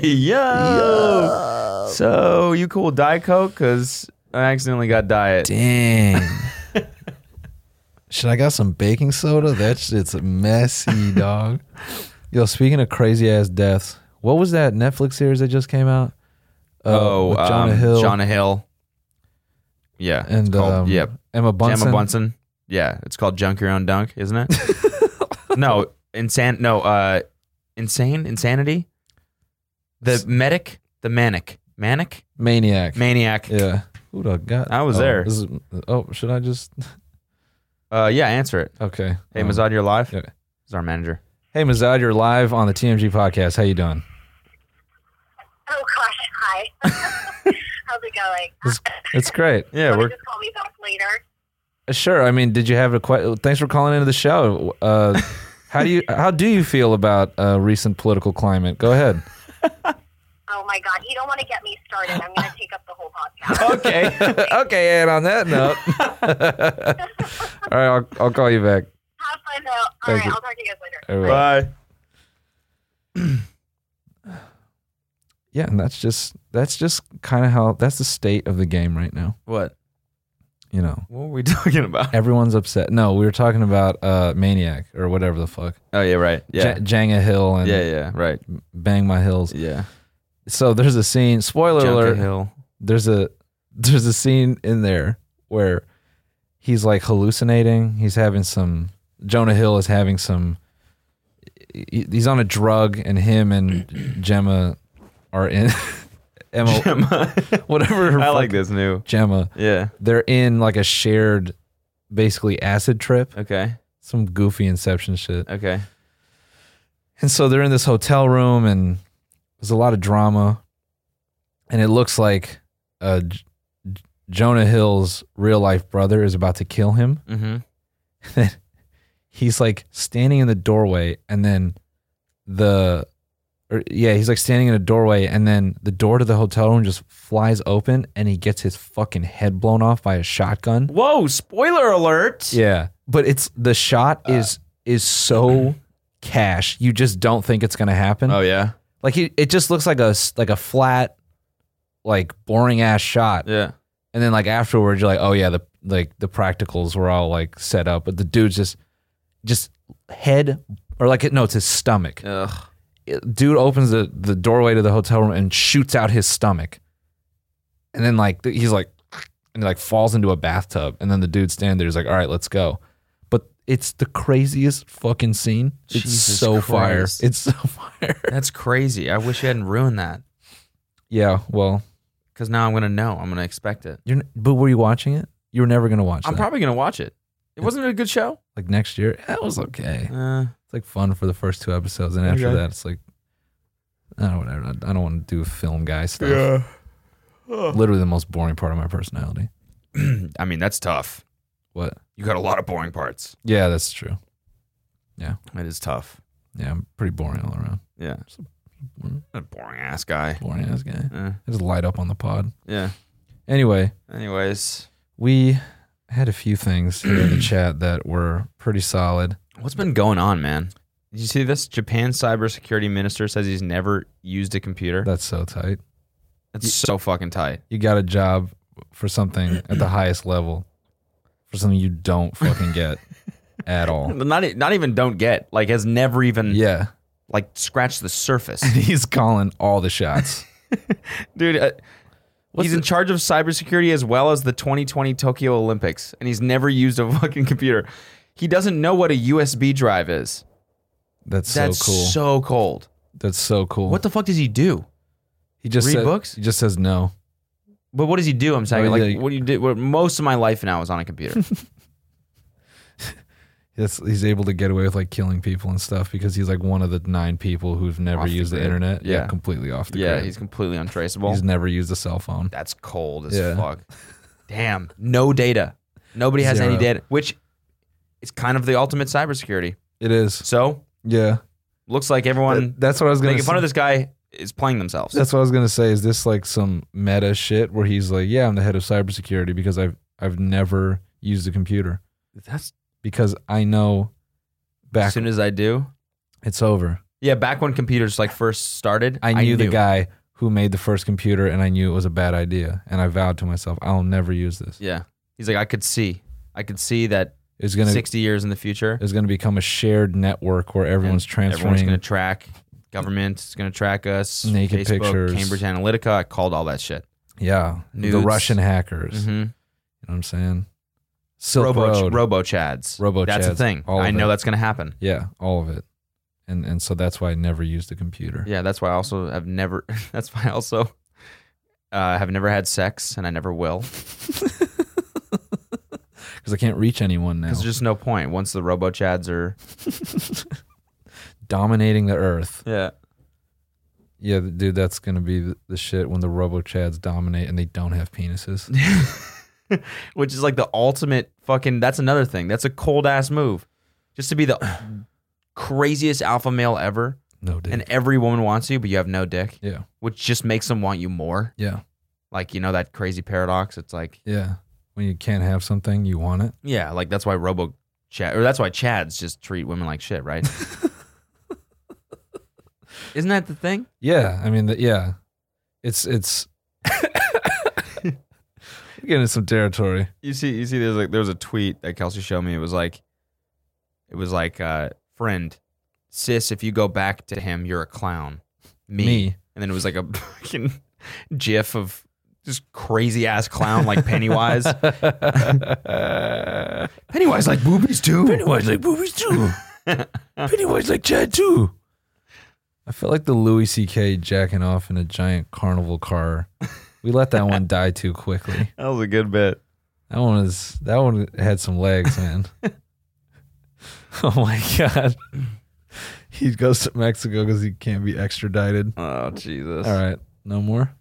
Speaker 2: Yo. So you cool with Diet Coke? Because I accidentally got diet.
Speaker 3: Dang. Should I got some baking soda? That shit's messy, dog. Yo, speaking of crazy ass deaths, what was that Netflix series that just came out? Uh, with Jonah
Speaker 2: um,
Speaker 3: Hill
Speaker 2: Jonah Hill. Yeah. it's
Speaker 3: and
Speaker 2: called-
Speaker 3: um,
Speaker 2: yep.
Speaker 3: Emma Bunsen.
Speaker 2: Emma Bunsen. Yeah, it's called Junk Your Own Dunk, isn't it? no, insane. No, uh, insane, insanity. The medic, the manic, manic,
Speaker 3: Maniac.
Speaker 2: maniac.
Speaker 3: yeah. Who the god?
Speaker 2: I was
Speaker 3: oh,
Speaker 2: there.
Speaker 3: this is- oh, should I just?
Speaker 2: Uh, yeah, answer it.
Speaker 3: Okay.
Speaker 2: Hey,
Speaker 3: Um,
Speaker 2: Mazad, you're live.
Speaker 3: yeah.
Speaker 2: He's our manager.
Speaker 3: Hey, Mazad, you're live on the TMG podcast. How you doing?
Speaker 6: Oh gosh, hi. How's it going?
Speaker 3: It's, it's great.
Speaker 2: Yeah,
Speaker 6: Wanna
Speaker 2: we're.
Speaker 6: just call me back later.
Speaker 3: Sure. I mean, did you have a question? Thanks for calling into the show. Uh, how do you how do you feel about uh, recent political climate? Go ahead.
Speaker 6: Oh my god, you don't want to get me started. I'm going to take up the whole podcast.
Speaker 3: Okay. okay. And on that note, all right, I'll, I'll call you back.
Speaker 6: Have fun though. All
Speaker 3: Thank
Speaker 6: right,
Speaker 3: you.
Speaker 6: I'll talk to you guys later.
Speaker 3: All right. yeah, and that's just that's just kind of how that's the state of the game right now.
Speaker 2: What?
Speaker 3: You know,
Speaker 2: What were we talking about?
Speaker 3: everyone's upset. No, we were talking about uh, Maniac or whatever the fuck.
Speaker 2: Oh yeah, right. Yeah.
Speaker 3: Ja- Jenga Hill and
Speaker 2: yeah, yeah, right.
Speaker 3: Bang My Hills.
Speaker 2: Yeah.
Speaker 3: So there's a scene. Spoiler alert.
Speaker 2: Junker Hill.
Speaker 3: there's a there's a scene in there where he's like hallucinating. He's having some Jonah Hill is having some he- he's on a drug and him and Gemma are in Emma whatever her
Speaker 2: I like
Speaker 3: fuck-
Speaker 2: this new.
Speaker 3: Gemma.
Speaker 2: Yeah.
Speaker 3: They're in like a shared basically acid trip.
Speaker 2: Okay.
Speaker 3: Some goofy inception shit.
Speaker 2: Okay.
Speaker 3: And so they're in this hotel room and there's a lot of drama. And it looks like uh, J- J- Jonah Hill's real life brother is about to kill him.
Speaker 2: Mm-hmm.
Speaker 3: He's like standing in the doorway and then the. Or, yeah, he's like standing in a doorway, and then the door to the hotel room just flies open, and he gets his fucking head blown off by a shotgun.
Speaker 2: Whoa! Spoiler alert.
Speaker 3: Yeah, but it's the shot is is so cash. You just don't think it's gonna happen.
Speaker 2: Oh yeah.
Speaker 3: Like it, it just looks like a s- like a flat, like boring ass shot.
Speaker 2: Yeah.
Speaker 3: And then like afterwards, you're like, oh yeah, the like the practicals were all like set up, but the dude's just just head or like no, it's his stomach.
Speaker 2: Ugh.
Speaker 3: It- dude opens the the doorway to the hotel room and shoots out his stomach, and then like th- he's like, and he like falls into a bathtub, and then the dude standing there is like, all right, let's go. But it's the craziest fucking scene. It's
Speaker 2: Jesus
Speaker 3: so fire.
Speaker 2: Christ.
Speaker 3: It's so fire.
Speaker 2: That's crazy. I wish you hadn't ruined that.
Speaker 3: Yeah. Well,
Speaker 2: Because now I'm gonna know. I'm gonna expect it.
Speaker 3: You're, n- but were you watching it? You were never gonna watch.
Speaker 2: I'm
Speaker 3: that.
Speaker 2: probably gonna watch it. It wasn't a good show.
Speaker 3: like next year. That was okay.
Speaker 2: Uh,
Speaker 3: It's like fun for the first two episodes, and after
Speaker 2: Okay.
Speaker 3: that, it's like, oh, whatever. I I don't want to do film guy stuff. Literally the most boring part of my personality.
Speaker 2: I mean, that's tough.
Speaker 3: What?
Speaker 2: You got a lot of boring parts.
Speaker 3: Yeah, that's true.
Speaker 2: It is tough.
Speaker 3: Yeah, I'm pretty boring all around.
Speaker 2: Yeah. A boring ass guy.
Speaker 3: Boring ass guy.
Speaker 2: Uh,
Speaker 3: I just light up on the pod.
Speaker 2: yeah.
Speaker 3: Anyway,
Speaker 2: Anyways,
Speaker 3: we had a few things here in the chat that were pretty solid.
Speaker 2: what's been going on, man? Did you see this? Japan's cybersecurity minister says he's never used a computer.
Speaker 3: That's so tight.
Speaker 2: That's so fucking tight.
Speaker 3: You got a job for something at the highest level for something you don't fucking get at all.
Speaker 2: Not e- not even don't get like has never even
Speaker 3: Yeah.
Speaker 2: like scratched the surface,
Speaker 3: And he's calling all the shots.
Speaker 2: dude. Uh, he's in charge of cybersecurity as well as the 2020 Tokyo Olympics, and he's never used a fucking computer. He doesn't know what a USB drive is.
Speaker 3: That's,
Speaker 2: That's
Speaker 3: so cool.
Speaker 2: so cold.
Speaker 3: That's so cool.
Speaker 2: What the fuck does he do?
Speaker 3: He just
Speaker 2: read
Speaker 3: said-
Speaker 2: books?
Speaker 3: He just says no.
Speaker 2: But what does he do? I'm saying,
Speaker 3: Oh,
Speaker 2: like,
Speaker 3: yeah.
Speaker 2: what do you do? What, most of my life now is on a computer.
Speaker 3: That's, he's able to get away with like killing people and stuff because he's like one of the nine people who've never
Speaker 2: Off the
Speaker 3: used the,
Speaker 2: grid.
Speaker 3: internet.
Speaker 2: Yeah.
Speaker 3: completely off the
Speaker 2: yeah,
Speaker 3: grid.
Speaker 2: he's completely untraceable.
Speaker 3: He's never used a cell phone.
Speaker 2: That's cold as
Speaker 3: Yeah.
Speaker 2: fuck. Damn, no data. Nobody has any
Speaker 3: Zero.
Speaker 2: data, which is kind of the ultimate cybersecurity.
Speaker 3: It is.
Speaker 2: So
Speaker 3: Yeah.
Speaker 2: looks like everyone
Speaker 3: That- that's what I was gonna.
Speaker 2: making fun
Speaker 3: say.
Speaker 2: of this guy is playing themselves.
Speaker 3: That's what I was gonna say. Is this like some meta shit where he's like, "Yeah, I'm the head of cybersecurity because I've I've never used a computer
Speaker 2: That's
Speaker 3: because I know back
Speaker 2: as soon as I do.
Speaker 3: it's over.
Speaker 2: Yeah, back when computers like first started,
Speaker 3: I knew, the guy who made the first computer and I knew it was a bad idea. And I vowed to myself, I'll never use this.
Speaker 2: Yeah, he's like, I could see, I could see that
Speaker 3: It's gonna
Speaker 2: sixty years in the future,
Speaker 3: it's gonna become a shared network where everyone's
Speaker 2: and
Speaker 3: transferring
Speaker 2: Everyone's going to track. Government's going to track us.
Speaker 3: Naked
Speaker 2: Facebook,
Speaker 3: pictures.
Speaker 2: Cambridge Analytica. I called all that shit.
Speaker 3: Yeah. The
Speaker 2: Nudes.
Speaker 3: Russian hackers. You know
Speaker 2: Mm-hmm.
Speaker 3: what I'm saying? Silk
Speaker 2: Robo
Speaker 3: Road.
Speaker 2: Robo Chads.
Speaker 3: Robo
Speaker 2: That's
Speaker 3: chads,
Speaker 2: a thing.
Speaker 3: all
Speaker 2: I
Speaker 3: of
Speaker 2: know
Speaker 3: it.
Speaker 2: that's going to happen.
Speaker 3: yeah, all of it. And and so that's why I never used a computer.
Speaker 2: Yeah, that's why I also have never. That's why I also uh, have never had sex, and I never will.
Speaker 3: Because I can't reach anyone now.
Speaker 2: Because there's just no point once the Robo Chads are.
Speaker 3: Dominating the earth.
Speaker 2: Yeah.
Speaker 3: Yeah, th- dude, that's gonna be the, the shit when the robo chads dominate and they don't have penises.
Speaker 2: Which is like the ultimate fucking. That's another thing. That's a cold ass move, just to be the craziest alpha male ever,
Speaker 3: No dick.
Speaker 2: and every woman wants you, but you have no dick,
Speaker 3: yeah.
Speaker 2: which just makes them want you more.
Speaker 3: Yeah.
Speaker 2: like you know that crazy paradox it's like
Speaker 3: Yeah. When you can't have something, you want it.
Speaker 2: yeah like that's why robo chad or that's why chads just treat women like shit right isn't that the thing
Speaker 3: Yeah, I mean, the, yeah, It's it's We're getting in some territory.
Speaker 2: You see, you see, there's like there was a tweet that Kelsey showed me. It was like, it was like, uh, friend, sis, if you go back to him, you're a clown. Me.
Speaker 3: Me.
Speaker 2: And then it was like a fucking gif of just crazy ass clown like Pennywise. Pennywise like boobies too.
Speaker 3: Pennywise like boobies too. Pennywise like Chad too. I felt like the Louis C.K. jacking off in a giant carnival car. We let that one die too quickly.
Speaker 2: That was a good bit.
Speaker 3: That one is that one had some legs, man. oh my god. He goes to Mexico because he can't be extradited.
Speaker 2: Oh Jesus!
Speaker 3: All right, no more.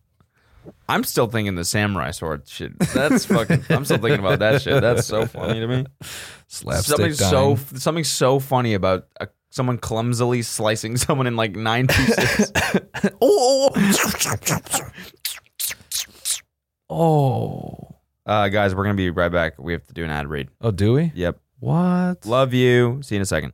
Speaker 2: I'm still thinking the samurai sword shit. That's fucking. I'm still thinking about that shit. That's so funny to me.
Speaker 3: Slapstick
Speaker 2: something
Speaker 3: dying.
Speaker 2: so something so funny about uh someone clumsily slicing someone in like nine pieces. oh,
Speaker 3: oh
Speaker 2: Uh, guys, we're gonna be right back. We have to do an ad read.
Speaker 3: oh, do we?
Speaker 2: Yep.
Speaker 3: What?
Speaker 2: Love you. See you in a second.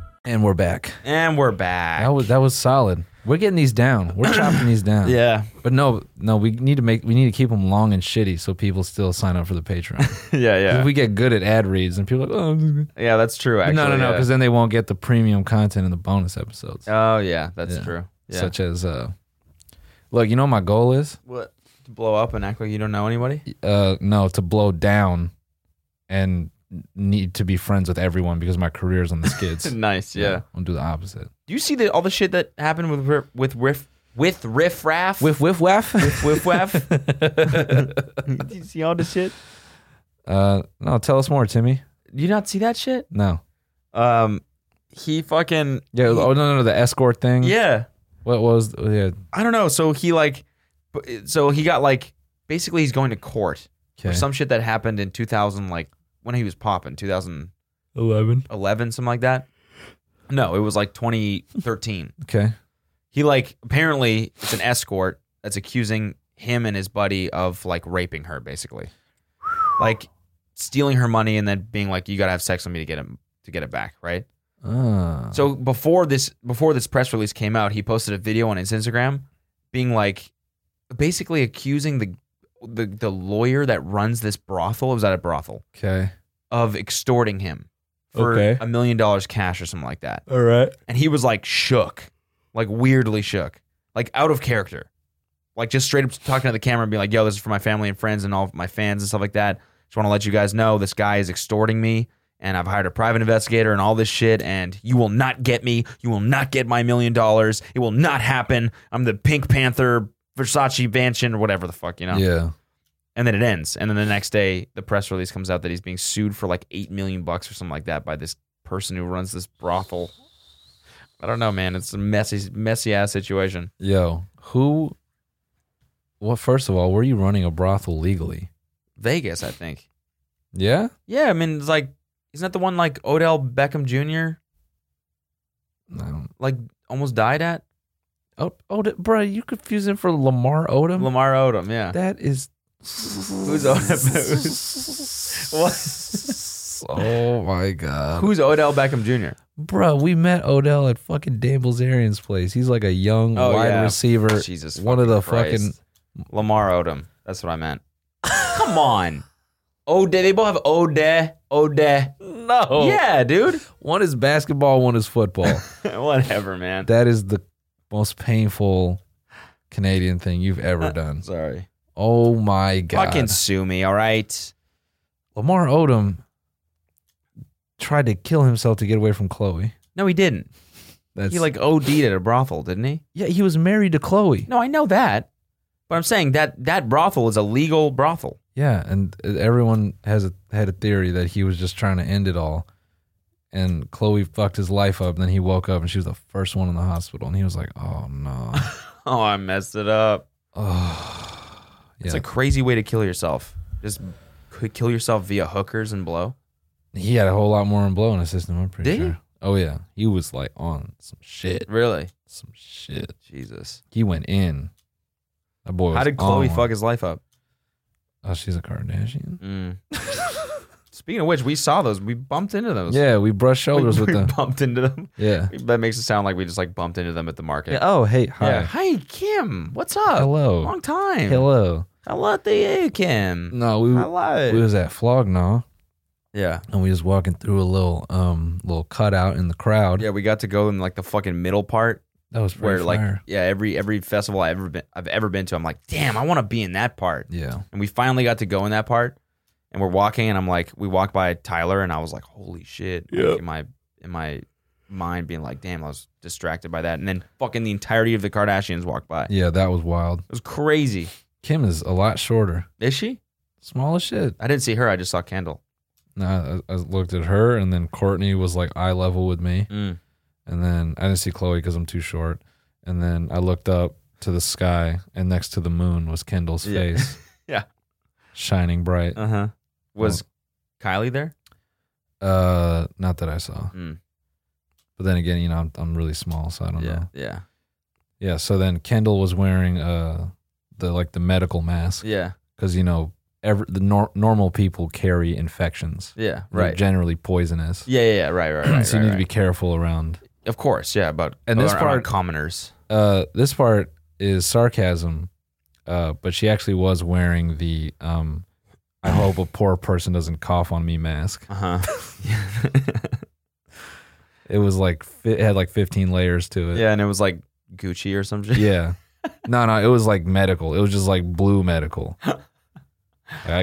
Speaker 3: And we're back.
Speaker 2: And we're back.
Speaker 3: That was that was solid. We're getting these down. We're chopping these down.
Speaker 2: yeah,
Speaker 3: But no, no, we need to make we need to keep them long and shitty so people still sign up for the Patreon.
Speaker 2: yeah, yeah,
Speaker 3: If we get good at ad reads and people are like, oh,
Speaker 2: yeah. That's true. Actually,
Speaker 3: no, no, no,
Speaker 2: yeah.
Speaker 3: because then they won't get the premium content and the bonus episodes,
Speaker 2: oh yeah, that's
Speaker 3: Yeah.
Speaker 2: true. Yeah.
Speaker 3: such as uh, look, you know what my goal is
Speaker 2: what to blow up and act like you don't know anybody.
Speaker 3: uh, no to blow down and need to be friends with everyone because my career's on the skids.
Speaker 2: Nice. Yeah.
Speaker 3: I'm gonna do the opposite.
Speaker 2: Do you see the, all the shit that happened with Riff- with riff with riff raff
Speaker 3: Whiff, whiff, waff.
Speaker 2: whiff waff? Do you see all this shit?
Speaker 3: uh, no, tell us more, Timmy.
Speaker 2: Do you not see that shit?
Speaker 3: No,
Speaker 2: Um, he fucking
Speaker 3: yeah, oh no, no, no, the escort thing.
Speaker 2: yeah.
Speaker 3: what was oh, yeah?
Speaker 2: I don't know. So he like, b- so he got like basically he's going to court for
Speaker 3: Okay.
Speaker 2: some shit that happened in 2000, like when he was popping 2011,
Speaker 3: Eleven.
Speaker 2: something like that. No, it was like 2013.
Speaker 3: Okay.
Speaker 2: he like apparently it's an escort that's accusing him and his buddy of like raping her basically like stealing her money and then being like you gotta have sex with me to get him to get it back right
Speaker 3: Ah.
Speaker 2: so before this before this press release came out he posted a video on his instagram being like basically accusing the the, the lawyer that runs this brothel it was at a brothel
Speaker 3: okay.
Speaker 2: of extorting him for
Speaker 3: Okay.
Speaker 2: a million dollars cash or something like that
Speaker 3: All right.
Speaker 2: and he was like shook, like weirdly shook, like out of character, like just straight up talking to the camera and being like, "Yo, this is for my family and friends and all of my fans and stuff like that. Just want to let you guys know this guy is extorting me, and I've hired a private investigator and all this shit. And you will not get me. You will not get my million dollars. It will not happen. I'm the Pink Panther, Versace mansion, or whatever the fuck you know.
Speaker 3: Yeah.
Speaker 2: And then it ends. And then the next day, the press release comes out that he's being sued for like eight million bucks or something like that by this person who runs this brothel. I don't know, man. It's a messy, messy ass situation.
Speaker 3: Yo, who? Well, first of all, were you running a brothel legally?
Speaker 2: Vegas, I think.
Speaker 3: Yeah.
Speaker 2: Yeah, I mean, it's like, isn't that the one like Odell Beckham Jr.
Speaker 3: I don't.
Speaker 2: like almost died at?
Speaker 3: Oh, oh, bro, you confused him for Lamar Odom.
Speaker 2: Lamar Odom, yeah.
Speaker 3: That is.
Speaker 2: Who's Odom?
Speaker 3: oh my god,
Speaker 2: Who's Odell Beckham Jr.?
Speaker 3: bro! We met Odell at fucking Dan Bilzerian's place. He's like a young
Speaker 2: Oh,
Speaker 3: wide
Speaker 2: yeah.
Speaker 3: receiver.
Speaker 2: Jesus,
Speaker 3: one of the fucking.
Speaker 2: Christ. Lamar Odom. That's what I meant. Come on, Ode. They both have Ode, Ode.
Speaker 3: No.
Speaker 2: Yeah, dude.
Speaker 3: One is basketball. One is football.
Speaker 2: Whatever, man.
Speaker 3: that is the most painful Canadian thing you've ever done.
Speaker 2: Sorry.
Speaker 3: Oh my god!
Speaker 2: Uh, Fucking sue me, all right?
Speaker 3: Lamar Odom tried to kill himself to get away from Chloe.
Speaker 2: No, he didn't.
Speaker 3: That's
Speaker 2: He like OD'd at a brothel, didn't he?
Speaker 3: yeah, he was married to Chloe.
Speaker 2: No, I know that. But I'm saying that that brothel is a legal brothel.
Speaker 3: Yeah, and uh, everyone has a, had a theory that he was just trying to end it all, and Chloe fucked his life up. And then he woke up and she was the first one in the hospital, and he was like, "Oh no,
Speaker 2: Oh, I messed it up.
Speaker 3: oh
Speaker 2: It's
Speaker 3: Yeah.
Speaker 2: a crazy way to kill yourself. Just c- kill yourself via hookers and blow.
Speaker 3: He had a whole lot more in blow in his system. I'm pretty
Speaker 2: Did he?
Speaker 3: sure. Oh yeah, he was like on some shit,
Speaker 2: Really?
Speaker 3: some shit.
Speaker 2: Jesus.
Speaker 3: He went in. That boy.
Speaker 2: How
Speaker 3: was
Speaker 2: did Chloe
Speaker 3: on.
Speaker 2: fuck his life up?
Speaker 3: Oh, she's a Kardashian.
Speaker 2: Mm. Speaking of which, we saw those. We bumped into those.
Speaker 3: Yeah, we brushed
Speaker 2: We-
Speaker 3: shoulders
Speaker 2: we
Speaker 3: with them.
Speaker 2: bumped into them.
Speaker 3: Yeah.
Speaker 2: That makes it sound like we just like bumped into them at the market.
Speaker 3: yeah. Oh hey hi.
Speaker 2: Yeah. Hi, Kim. What's up?
Speaker 3: Hello.
Speaker 2: Long time.
Speaker 3: Hello.
Speaker 2: Oh. Hello to you, Kim.
Speaker 3: No, we
Speaker 2: Hello.
Speaker 3: we was at Flognaw
Speaker 2: yeah.
Speaker 3: and we was walking through a little um little cutout in the crowd.
Speaker 2: Yeah, we got to go in like the fucking middle part
Speaker 3: That was pretty
Speaker 2: where like
Speaker 3: fire.
Speaker 2: yeah, every every festival I ever been I've ever been to, I'm like, damn, I want to be in that part.
Speaker 3: yeah.
Speaker 2: And we finally got to go in that part, and we're walking, and I'm like, we walked by Tyler, and I was like, holy shit, yeah. in my in my mind being like, damn, I was distracted by that, and then fucking the entirety of the Kardashians walked by. It
Speaker 3: Yeah, that was wild.
Speaker 2: was crazy.
Speaker 3: Kim is a lot shorter.
Speaker 2: Is she?
Speaker 3: Small as shit.
Speaker 2: I didn't see her. I just saw Kendall.
Speaker 3: No, I, I looked at her, and then Courtney was like eye level with me,
Speaker 2: Mm.
Speaker 3: and then I didn't see Chloe because I'm too short. And then I looked up to the sky, and next to the moon was Kendall's
Speaker 2: Yeah.
Speaker 3: face.
Speaker 2: Yeah.
Speaker 3: shining bright.
Speaker 2: Uh huh. Was Kylie there?
Speaker 3: Uh, not that I saw.
Speaker 2: Mm.
Speaker 3: But then again, you know, I'm I'm really small, so I don't know.
Speaker 2: yeah,
Speaker 3: Yeah. So then Kendall was wearing uh the like the medical mask
Speaker 2: yeah,
Speaker 3: because you know every the nor- normal people carry infections.
Speaker 2: yeah.
Speaker 3: They're
Speaker 2: Right.
Speaker 3: generally poisonous.
Speaker 2: Yeah, yeah, yeah. Right, right, right.
Speaker 3: so you
Speaker 2: right,
Speaker 3: need
Speaker 2: right.
Speaker 3: to be careful around
Speaker 2: Of course, yeah, but
Speaker 3: And this
Speaker 2: around
Speaker 3: part-
Speaker 2: commoners.
Speaker 3: uh, this part is sarcasm, uh, but she actually was wearing the um, I hope a poor person doesn't cough on me mask.
Speaker 2: Uh huh.
Speaker 3: It was like, fi- it had like 15 layers to it.
Speaker 2: yeah, and it was like Gucci or some shit.
Speaker 3: Yeah. No, no, it was like medical. It was just like blue medical. Like,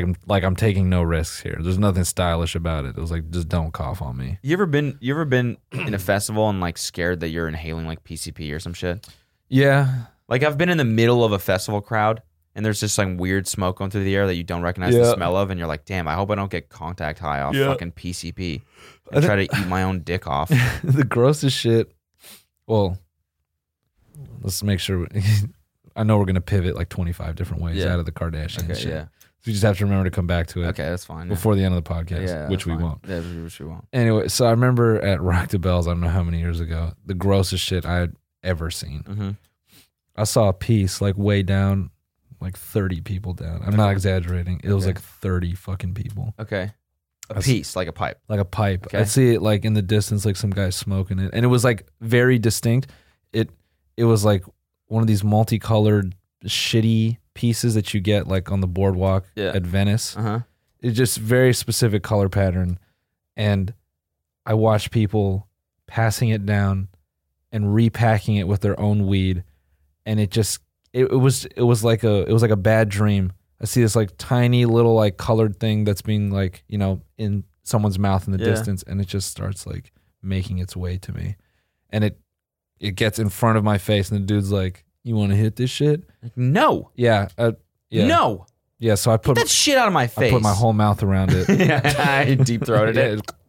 Speaker 3: I'm like I'm taking no risks here. There's nothing stylish about it. It was like just don't cough on me.
Speaker 2: You ever been? You ever been in a festival and like scared that you're inhaling like PCP or some shit?
Speaker 3: Yeah,
Speaker 2: Like I've been in the middle of a festival crowd and there's just like weird smoke going through the air that you don't recognize
Speaker 3: Yeah.
Speaker 2: the smell of, and you're like, damn, I hope I don't get contact high off fucking PCP.
Speaker 3: I
Speaker 2: And try to eat my own dick off.
Speaker 3: the grossest shit. Well, let's make sure. we- I know we're gonna pivot like 25 different ways
Speaker 2: Yeah.
Speaker 3: out of the Kardashian
Speaker 2: Okay,
Speaker 3: shit.
Speaker 2: yeah.
Speaker 3: So we just have to remember to come back to it
Speaker 2: Okay, that's fine. yeah.
Speaker 3: before the end of the podcast,
Speaker 2: Yeah,
Speaker 3: which
Speaker 2: that's
Speaker 3: we
Speaker 2: fine.
Speaker 3: won't.
Speaker 2: Yeah, which we won't.
Speaker 3: Anyway, so I remember at Rock the Bells, I don't know how many years ago, the grossest shit I had ever seen.
Speaker 2: Mhm.
Speaker 3: I saw a piece like way down, like 30 people down. I'm not exaggerating. It was
Speaker 2: Okay.
Speaker 3: like 30 fucking people.
Speaker 2: Okay, a
Speaker 3: That's-
Speaker 2: piece like a pipe.
Speaker 3: like a pipe.
Speaker 2: Okay.
Speaker 3: I'd see it like in the distance, like some guy smoking it, and it was like very distinct. It it was like one of these multicolored shitty pieces that you get like on the boardwalk
Speaker 2: Yeah.
Speaker 3: at Venice.
Speaker 2: Uh huh.
Speaker 3: It's just very specific color pattern, and I watched people passing it down and repacking it with their own weed, and it just it, it was it was like a it was like a bad dream. I see this like tiny little like colored thing that's being like you know in someone's mouth in the
Speaker 2: Yeah.
Speaker 3: distance, and it just starts like making its way to me, and it it gets in front of my face, and the dude's like, "You want to hit this shit?"
Speaker 2: No,
Speaker 3: Yeah, uh, yeah,
Speaker 2: no,
Speaker 3: yeah. So I put
Speaker 2: that shit out of my
Speaker 3: I
Speaker 2: face.
Speaker 3: put my whole mouth around it.
Speaker 2: yeah, I deep throated
Speaker 3: Yeah,
Speaker 2: it.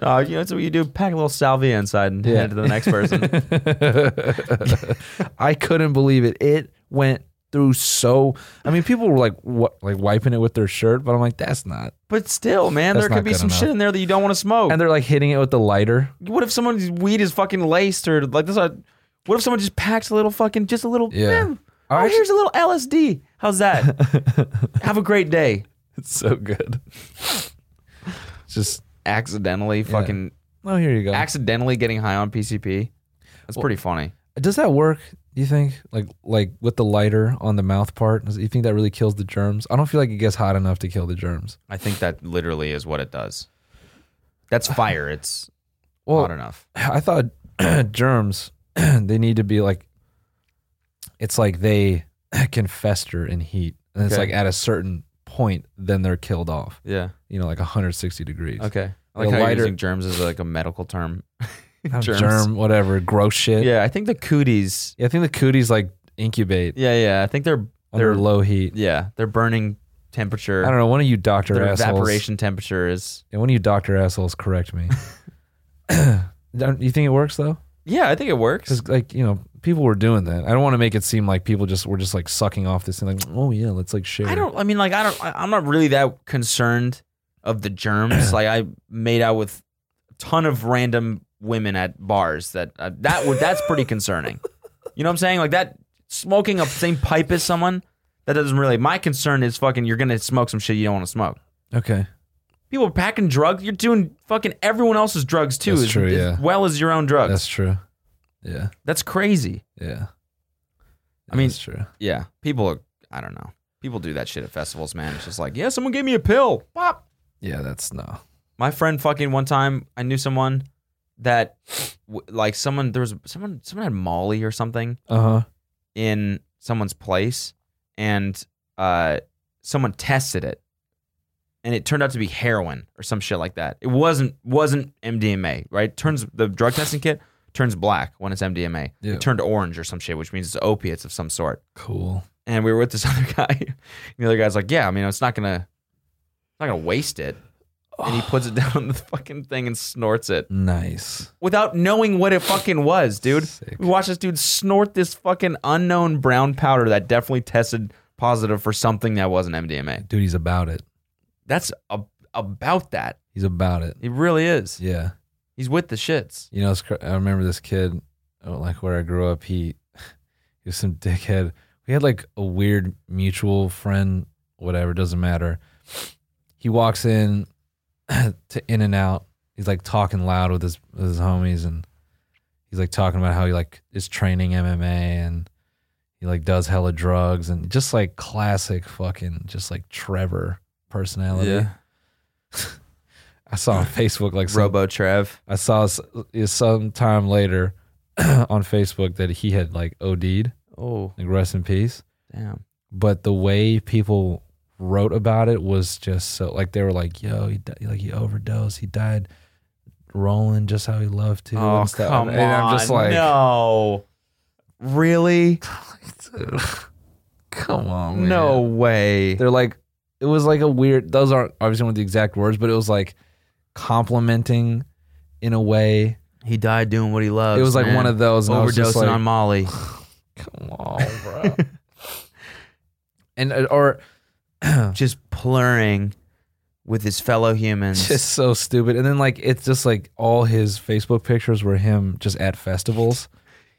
Speaker 2: Oh, you know, that's what you do. Pack a little salvia inside and hand it to the next person.
Speaker 3: I couldn't believe it. It went through so. I mean, people were like, what, like wiping it with their shirt, but I'm like, that's not.
Speaker 2: but still, man,
Speaker 3: That's
Speaker 2: there could
Speaker 3: not
Speaker 2: be
Speaker 3: good
Speaker 2: some
Speaker 3: enough.
Speaker 2: shit in there that you don't want to smoke.
Speaker 3: And they're like hitting it with the lighter.
Speaker 2: what if someone's weed is fucking laced or like this? uh, What if someone just packs a little fucking, just a little?
Speaker 3: Yeah.
Speaker 2: "Eh,
Speaker 3: I
Speaker 2: oh,
Speaker 3: actu-
Speaker 2: here's a little LSD. How's that? Have a great day.
Speaker 3: It's so good. It's Just
Speaker 2: Accidentally, fucking,
Speaker 3: oh, here you go.
Speaker 2: accidentally getting high on PCP. That's pretty funny.
Speaker 3: Does that work? Do you think like like with the lighter on the mouth part? Does you think that really kills the germs? I don't feel like it gets hot enough to kill the germs.
Speaker 2: I think that literally is what it does. That's fire. It's
Speaker 3: Uh, Well,
Speaker 2: hot enough.
Speaker 3: I thought germs they need to be like it's like they can fester in heat. And it's
Speaker 2: Okay.
Speaker 3: like at a certain point then they're killed off.
Speaker 2: Yeah.
Speaker 3: You know, like 160 degrees.
Speaker 2: Okay. I
Speaker 3: The
Speaker 2: like how
Speaker 3: lighter-
Speaker 2: you're using germs as like a medical term.
Speaker 3: Have
Speaker 2: Germs.
Speaker 3: Germ, whatever, gross shit.
Speaker 2: Yeah, I think the cooties.
Speaker 3: Yeah, I think the cooties like incubate
Speaker 2: Yeah, yeah. I think they're
Speaker 3: under
Speaker 2: they're
Speaker 3: low heat.
Speaker 2: yeah they're burning temperature.
Speaker 3: I don't know, one of you doctor
Speaker 2: Their
Speaker 3: assholes.
Speaker 2: evaporation temperature is.
Speaker 3: Yeah, one of you doctor assholes correct me. Don't- you think it works though?
Speaker 2: Yeah, I think it works.
Speaker 3: Cuz like, you know, people were doing that. I don't want to make it seem like people just were just like sucking off this and like, oh yeah, let's like share.
Speaker 2: I don't. I mean, like, I don't. I- I'm not really that concerned of the germs. like, I made out with a ton of random women at bars. That uh, that would that's pretty concerning. You know what I'm saying? Like that smoking a same pipe as someone that doesn't really. My concern is fucking. You're gonna smoke some shit you don't want to smoke.
Speaker 3: Okay.
Speaker 2: People are packing drugs. You're doing fucking everyone else's drugs too,
Speaker 3: That's
Speaker 2: as,
Speaker 3: true,
Speaker 2: as
Speaker 3: yeah.
Speaker 2: well as your own drugs.
Speaker 3: That's true. Yeah.
Speaker 2: That's crazy.
Speaker 3: Yeah.
Speaker 2: I mean-
Speaker 3: that's true.
Speaker 2: Yeah, people are. I don't know. People do that shit at festivals, man. It's just like, yeah, someone gave me a pill. Pop.
Speaker 3: Yeah, that's no.
Speaker 2: My friend fucking one time, I knew someone that w- like someone there was someone someone had Molly or something
Speaker 3: Uh huh.
Speaker 2: in someone's place and uh someone tested it and it turned out to be heroin or some shit like that. It wasn't wasn't MDMA, right? Turns the drug testing kit turns black when it's MDMA.
Speaker 3: Yeah.
Speaker 2: It turned orange or some shit, which means it's opiates of some sort
Speaker 3: Cool.
Speaker 2: and we were with this other guy. the other guy's like, "Yeah, I mean, it's not gonna, not gonna waste it." And he puts it down on the fucking thing and snorts it
Speaker 3: Nice.
Speaker 2: without knowing what it fucking was, dude.
Speaker 3: Sick.
Speaker 2: We watched this dude snort this fucking unknown brown powder that definitely tested positive for something that wasn't MDMA.
Speaker 3: Dude, he's about it.
Speaker 2: That's a, about that.
Speaker 3: He's about it.
Speaker 2: It really is.
Speaker 3: Yeah.
Speaker 2: He's with the shits.
Speaker 3: You know, it's, cr- I remember this kid, oh, like where I grew up. He, he was some dickhead. We had like a weird mutual friend, whatever, doesn't matter. He walks in to In and Out. He's like talking loud with his with his homies, and he's like talking about how he like is training MMA and he like does hella drugs and just like classic fucking just like Trevor personality. I saw on Facebook like some
Speaker 2: Robo Trev.
Speaker 3: I saw s- is sometime later on Facebook that he had like OD'd,
Speaker 2: Oh
Speaker 3: like rest in peace.
Speaker 2: damn.
Speaker 3: But the way people wrote about it was just so like they were like, "Yo, he di- like he overdosed. He died rolling just how he loved to."
Speaker 2: Oh
Speaker 3: and stuff.
Speaker 2: come
Speaker 3: and I'm just
Speaker 2: on.
Speaker 3: like,
Speaker 2: no. Really?
Speaker 3: dude, "Come on, man.
Speaker 2: No way.
Speaker 3: They're like, it was like a weird. Those aren't obviously not the exact words, but it was like complimenting in a way.
Speaker 2: He died doing what he loves.
Speaker 3: it was like
Speaker 2: man.
Speaker 3: one of those and I was
Speaker 2: overdosing
Speaker 3: just like,
Speaker 2: on Molly.
Speaker 3: Come on, bro. and uh, or
Speaker 2: just plurring with his fellow humans.
Speaker 3: just so stupid. And then like it's just like all his Facebook pictures were him just at festivals.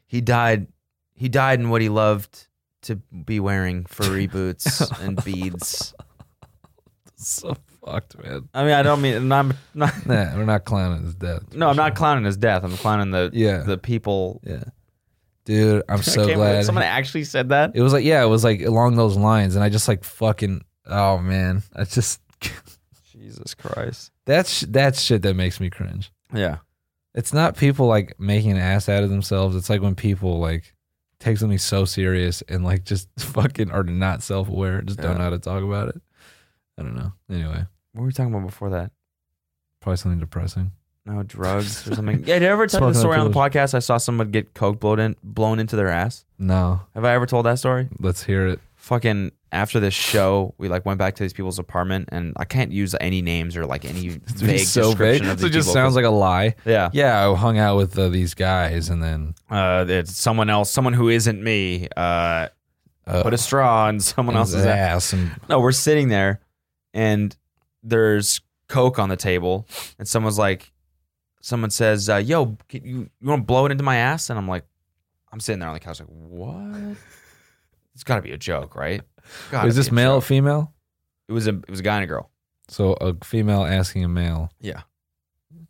Speaker 2: he died. He died in what he loved to be wearing furry boots and beads.
Speaker 3: So fucked, man.
Speaker 2: I mean, I don't mean. and I'm not.
Speaker 3: Nah, we're not clowning his death.
Speaker 2: No, I'm not clowning his death. I'm clowning the
Speaker 3: Yeah.
Speaker 2: the people.
Speaker 3: Yeah, dude, I'm
Speaker 2: I
Speaker 3: so
Speaker 2: can't believe
Speaker 3: glad.
Speaker 2: someone actually said that.
Speaker 3: it was like yeah, it was like along those lines, and I just like fucking oh man, I just
Speaker 2: Jesus Christ.
Speaker 3: that's that's shit that makes me cringe.
Speaker 2: Yeah.
Speaker 3: it's not people like making an ass out of themselves. It's like when people like take something so serious and like just fucking are not self aware, just don't
Speaker 2: Yeah.
Speaker 3: know how to talk about it. I don't know. Anyway,
Speaker 2: What were we talking about before that?
Speaker 3: probably something depressing.
Speaker 2: No drugs or something. Yeah, did I ever tell you the
Speaker 3: Smoking
Speaker 2: story on the
Speaker 3: pills.
Speaker 2: podcast? I saw someone get coke blown in, blown into their ass.
Speaker 3: No,
Speaker 2: Have I ever told that story?
Speaker 3: let's hear it.
Speaker 2: fucking after this show, we like went back to these people's apartment, and I can't use any names or like any vague description of these
Speaker 3: So it just
Speaker 2: people.
Speaker 3: sounds like a lie.
Speaker 2: yeah,
Speaker 3: Yeah, I hung out with uh, these guys and then
Speaker 2: uh, it's someone else, someone who isn't me. Uh,
Speaker 3: uh,
Speaker 2: put a straw in someone
Speaker 3: in
Speaker 2: else's
Speaker 3: the
Speaker 2: ass.
Speaker 3: ass and
Speaker 2: No, we're sitting there, and there's coke on the table, and someone's like, someone says, uh, "Yo, can you you want to blow it into my ass?" And I'm like, I'm sitting there on the couch, like, what? It's got to be a joke, right? Gotta
Speaker 3: is this
Speaker 2: be a
Speaker 3: male or
Speaker 2: joke.
Speaker 3: female?
Speaker 2: It was a it was a guy and a girl.
Speaker 3: So a female asking a male.
Speaker 2: Yeah.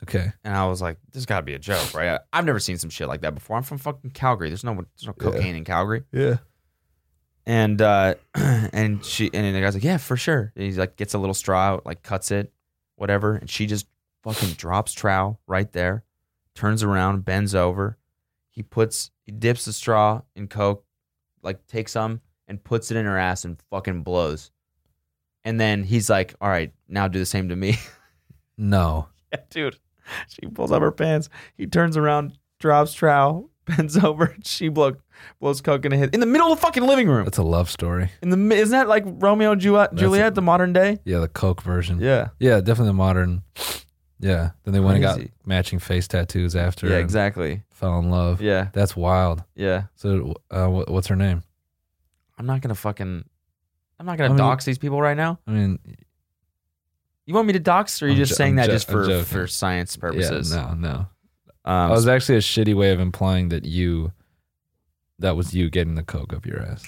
Speaker 3: Okay.
Speaker 2: And I was like, "This got to be a joke, right?" I- I've never seen some shit like that before. I'm from fucking Calgary. There's no there's no
Speaker 3: Yeah.
Speaker 2: cocaine in Calgary.
Speaker 3: Yeah.
Speaker 2: And uh, and she and then the guy's like, "Yeah, for sure." And he's like, gets a little straw out, like cuts it, whatever. And she just fucking drops trowel right there, turns around, bends over. He puts he dips the straw in coke, like takes some and puts it in her ass and fucking blows. And then he's like, "All right, now do the same to me."
Speaker 3: No.
Speaker 2: Yeah, dude. She pulls up her pants. He turns around, drops trowel, bends over. She blow, blows coke in his in the middle of the fucking living room.
Speaker 3: That's a love story.
Speaker 2: In the mi- isn't that like Romeo and Ju- Juliet, the modern day?
Speaker 3: Yeah, the Coke version.
Speaker 2: Yeah,
Speaker 3: Yeah, definitely the modern Yeah. Then they went and got
Speaker 2: Crazy.
Speaker 3: matching face tattoos after.
Speaker 2: Yeah,
Speaker 3: and
Speaker 2: exactly.
Speaker 3: Fell in love.
Speaker 2: Yeah,
Speaker 3: That's wild.
Speaker 2: yeah.
Speaker 3: So, uh, what, what's her name?
Speaker 2: I'm not gonna fucking. I'm not gonna
Speaker 3: I mean-
Speaker 2: dox these people right now.
Speaker 3: I mean,
Speaker 2: You want me to dox, or are you
Speaker 3: I'm
Speaker 2: just
Speaker 3: jo-
Speaker 2: saying
Speaker 3: I'm
Speaker 2: that
Speaker 3: jo-
Speaker 2: just
Speaker 3: I'm
Speaker 2: for
Speaker 3: joking.
Speaker 2: for science purposes?
Speaker 3: Yeah, no, no.
Speaker 2: Um,
Speaker 3: That was actually a shitty way of implying that you, that was you getting the coke up your ass.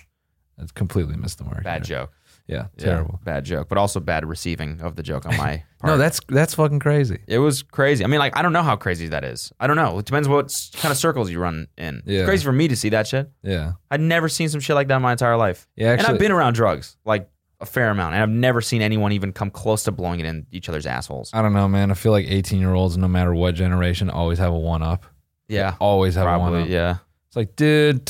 Speaker 3: That's completely missed the mark.
Speaker 2: bad
Speaker 3: there.
Speaker 2: joke.
Speaker 3: Yeah,
Speaker 2: Yeah,
Speaker 3: terrible.
Speaker 2: bad joke, but also bad receiving of the joke on my part.
Speaker 3: No, that's that's fucking crazy.
Speaker 2: It was crazy. I mean, like, I don't know how crazy that is. I don't know. It depends what s- kind of circles you run in.
Speaker 3: Yeah.
Speaker 2: It's crazy for me to see that shit.
Speaker 3: Yeah,
Speaker 2: I'd never seen some shit like that in my entire life.
Speaker 3: yeah. Actually,
Speaker 2: and I've been around drugs, like a fair amount, and I've never seen anyone even come close to blowing it in each other's assholes.
Speaker 3: I don't know, man. I feel like eighteen-year-olds, no matter what generation, always have a one-up.
Speaker 2: Yeah.
Speaker 3: Always have a
Speaker 2: Probably,
Speaker 3: one-up.
Speaker 2: yeah.
Speaker 3: It's like, dude,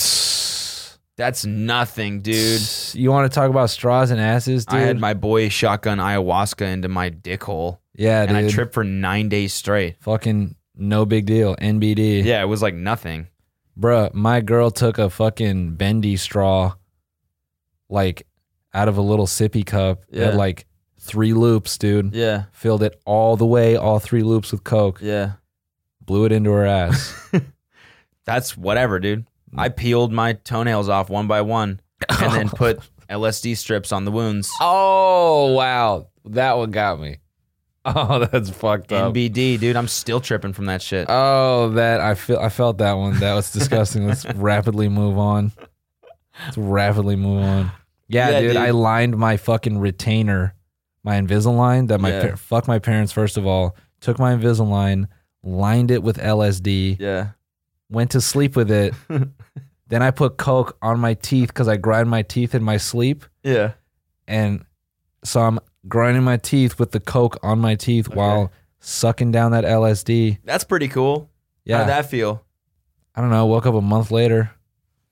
Speaker 2: That's nothing, dude.
Speaker 3: you want to talk about straws and asses, dude?
Speaker 2: I had my boy shotgun ayahuasca into my dick hole,
Speaker 3: yeah,
Speaker 2: and
Speaker 3: dude.
Speaker 2: I tripped for nine days straight.
Speaker 3: Fucking no big deal. NBD.
Speaker 2: Yeah, it was like nothing.
Speaker 3: Bruh, my girl took a fucking bendy straw, like out of a little sippy cup. It had
Speaker 2: Yeah.
Speaker 3: like three loops, dude.
Speaker 2: Yeah,
Speaker 3: Filled it all the way, all three loops with Coke.
Speaker 2: yeah.
Speaker 3: Blew it into her ass.
Speaker 2: That's whatever, dude. I
Speaker 3: Mm.
Speaker 2: peeled my toenails off one by one, and then put LSD strips on the wounds.
Speaker 3: oh, wow. That one got me. Oh, that's fucked up.
Speaker 2: NBD, dude. I'm still tripping from that shit.
Speaker 3: oh, that I feel I felt that one. That was disgusting. Let's rapidly move on. Let's rapidly move on. Yeah,
Speaker 2: Yeah,
Speaker 3: dude,
Speaker 2: dude.
Speaker 3: I lined my fucking retainer, my Invisalign. That my
Speaker 2: Yeah.
Speaker 3: par- fuck my parents first of all. Took my Invisalign, lined it with LSD,
Speaker 2: yeah,
Speaker 3: went to sleep with it. then I put coke on my teeth because I grind my teeth in my sleep,
Speaker 2: yeah.
Speaker 3: and so I'm grinding my teeth with the coke on my teeth while sucking down that LSD.
Speaker 2: That's pretty cool.
Speaker 3: Yeah,
Speaker 2: How'd that feel?
Speaker 3: I don't know. Woke up a month later.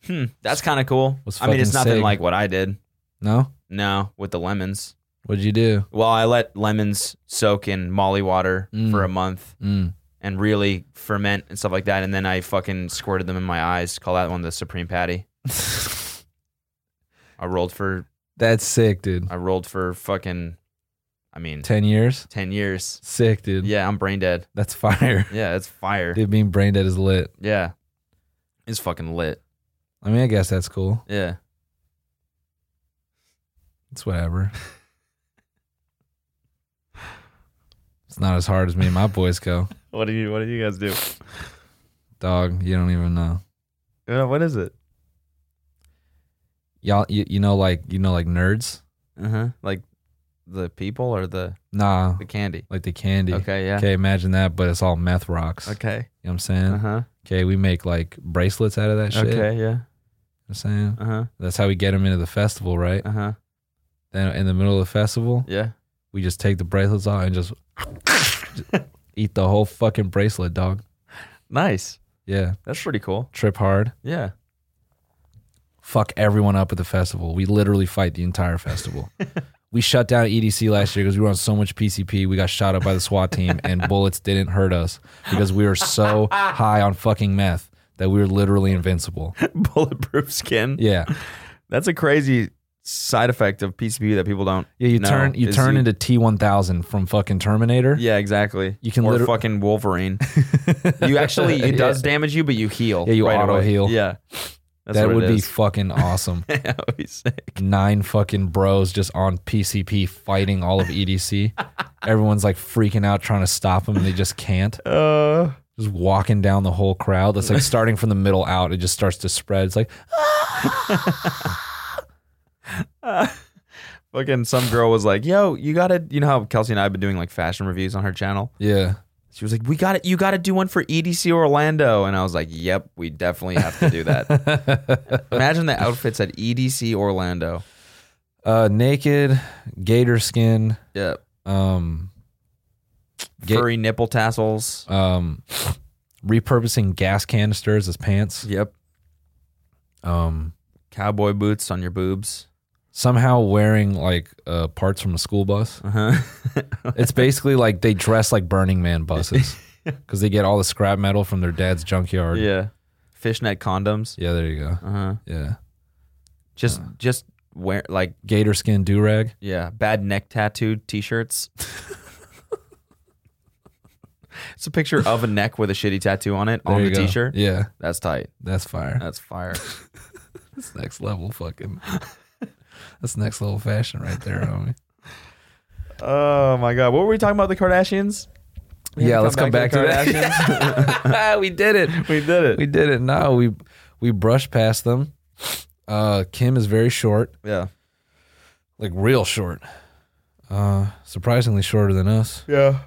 Speaker 2: Hmm, that's kind of cool.
Speaker 3: Was
Speaker 2: I mean, it's
Speaker 3: fucking
Speaker 2: nothing
Speaker 3: sick.
Speaker 2: like what I did.
Speaker 3: No,
Speaker 2: No, with the lemons.
Speaker 3: what'd you do?
Speaker 2: Well, I let lemons soak in molly water
Speaker 3: Mm.
Speaker 2: for a month
Speaker 3: Mm.
Speaker 2: and really ferment and stuff like that. And then I fucking squirted them in my eyes. Call that one the supreme patty. I rolled for
Speaker 3: That's sick, dude.
Speaker 2: I rolled for fucking. I mean, ten,
Speaker 3: Ten years.
Speaker 2: years.
Speaker 3: Sick, dude.
Speaker 2: Yeah, I'm brain dead.
Speaker 3: That's fire.
Speaker 2: Yeah, it's fire.
Speaker 3: Dude, being brain dead is lit.
Speaker 2: Yeah, it's fucking lit.
Speaker 3: I mean, I guess that's cool.
Speaker 2: Yeah,
Speaker 3: It's whatever. it's not as hard as me and my boys go.
Speaker 2: What do you What do you guys do?
Speaker 3: Dog, you don't even know.
Speaker 2: What is it?
Speaker 3: Y'all, you, you know, like you know, like nerds.
Speaker 2: Uh
Speaker 3: Uh-huh.
Speaker 2: huh. Like the people or the
Speaker 3: Nah,
Speaker 2: the candy.
Speaker 3: like the candy.
Speaker 2: Okay. Yeah.
Speaker 3: Okay, imagine that, but it's all meth rocks.
Speaker 2: Okay.
Speaker 3: You know what I'm saying?
Speaker 2: Uh huh.
Speaker 3: Okay, we make like bracelets out of that Uh-huh. shit. Uh-huh. You know
Speaker 2: Okay. Yeah.
Speaker 3: what I'm saying?
Speaker 2: Uh huh.
Speaker 3: That's how we get them into the festival, right?
Speaker 2: Uh huh.
Speaker 3: Then in the middle of the festival,
Speaker 2: Yeah.
Speaker 3: we just take the bracelets off and just eat the whole fucking bracelet, dog.
Speaker 2: Nice.
Speaker 3: Yeah.
Speaker 2: That's pretty cool.
Speaker 3: Trip hard.
Speaker 2: Yeah.
Speaker 3: Fuck everyone up at the festival. We literally fight the entire festival. we shut down EDC last year because we were on so much PCP. We got shot up by the SWAT team and bullets didn't hurt us because we were so high on fucking meth that we were literally invincible.
Speaker 2: Bulletproof skin.
Speaker 3: Yeah.
Speaker 2: That's a crazy side effect of PCP that people don't.
Speaker 3: Yeah, you
Speaker 2: know,
Speaker 3: turn you
Speaker 2: is
Speaker 3: turn into T1000 from fucking Terminator.
Speaker 2: Yeah, exactly.
Speaker 3: You can
Speaker 2: or
Speaker 3: liter-
Speaker 2: fucking Wolverine. you actually it does damage you, but you heal.
Speaker 3: Yeah, you
Speaker 2: right away.
Speaker 3: auto-heal.
Speaker 2: Yeah, That's
Speaker 3: that
Speaker 2: what it
Speaker 3: would be
Speaker 2: is.
Speaker 3: fucking awesome.
Speaker 2: That would be sick.
Speaker 3: nine fucking bros just on PCP fighting all of EDC. Everyone's like freaking out trying to stop them and they just can't.
Speaker 2: Uh,
Speaker 3: Just walking down the whole crowd. That's like starting from the middle out. It just starts to spread. It's like,
Speaker 2: fucking some girl was like, "Yo, you gotta," you know how Kelsey and I have been doing like fashion reviews on her channel.
Speaker 3: yeah.
Speaker 2: She was like, "We got to You got to do one for EDC Orlando," and I was like, "Yep, we definitely have to do that." Imagine the outfits at EDC Orlando.
Speaker 3: Uh, naked, gator skin,
Speaker 2: Yeah,
Speaker 3: um, Ga-
Speaker 2: furry nipple tassels.
Speaker 3: um, repurposing gas canisters as pants.
Speaker 2: Yep,
Speaker 3: Um,
Speaker 2: cowboy boots on your boobs.
Speaker 3: somehow wearing like uh, parts from a school bus.
Speaker 2: Uh huh.
Speaker 3: It's basically like they dress like Burning Man buses because they get all the scrap metal from their dad's junkyard.
Speaker 2: yeah, fishnet condoms.
Speaker 3: Yeah, there you go.
Speaker 2: Uh huh.
Speaker 3: Yeah.
Speaker 2: Just just wear like
Speaker 3: Gator skin do rag.
Speaker 2: yeah, bad neck tattoo t-shirts. It's a picture of a neck with a shitty tattoo on it
Speaker 3: There
Speaker 2: on
Speaker 3: you
Speaker 2: the
Speaker 3: go.
Speaker 2: t-shirt.
Speaker 3: Yeah,
Speaker 2: That's tight.
Speaker 3: that's fire.
Speaker 2: That's fire.
Speaker 3: That's next level fucking. that's next level fashion right there, homie.
Speaker 2: oh my god, what were we talking about? The Kardashians. We had
Speaker 3: Yeah, let's come back to
Speaker 2: the
Speaker 3: that. we did it.
Speaker 2: Kardashians? we did it.
Speaker 3: We did it. No, we we brushed past them. Uh, Kim is very short,
Speaker 2: yeah.
Speaker 3: like real short. Uh, surprisingly shorter than us.
Speaker 2: Yeah.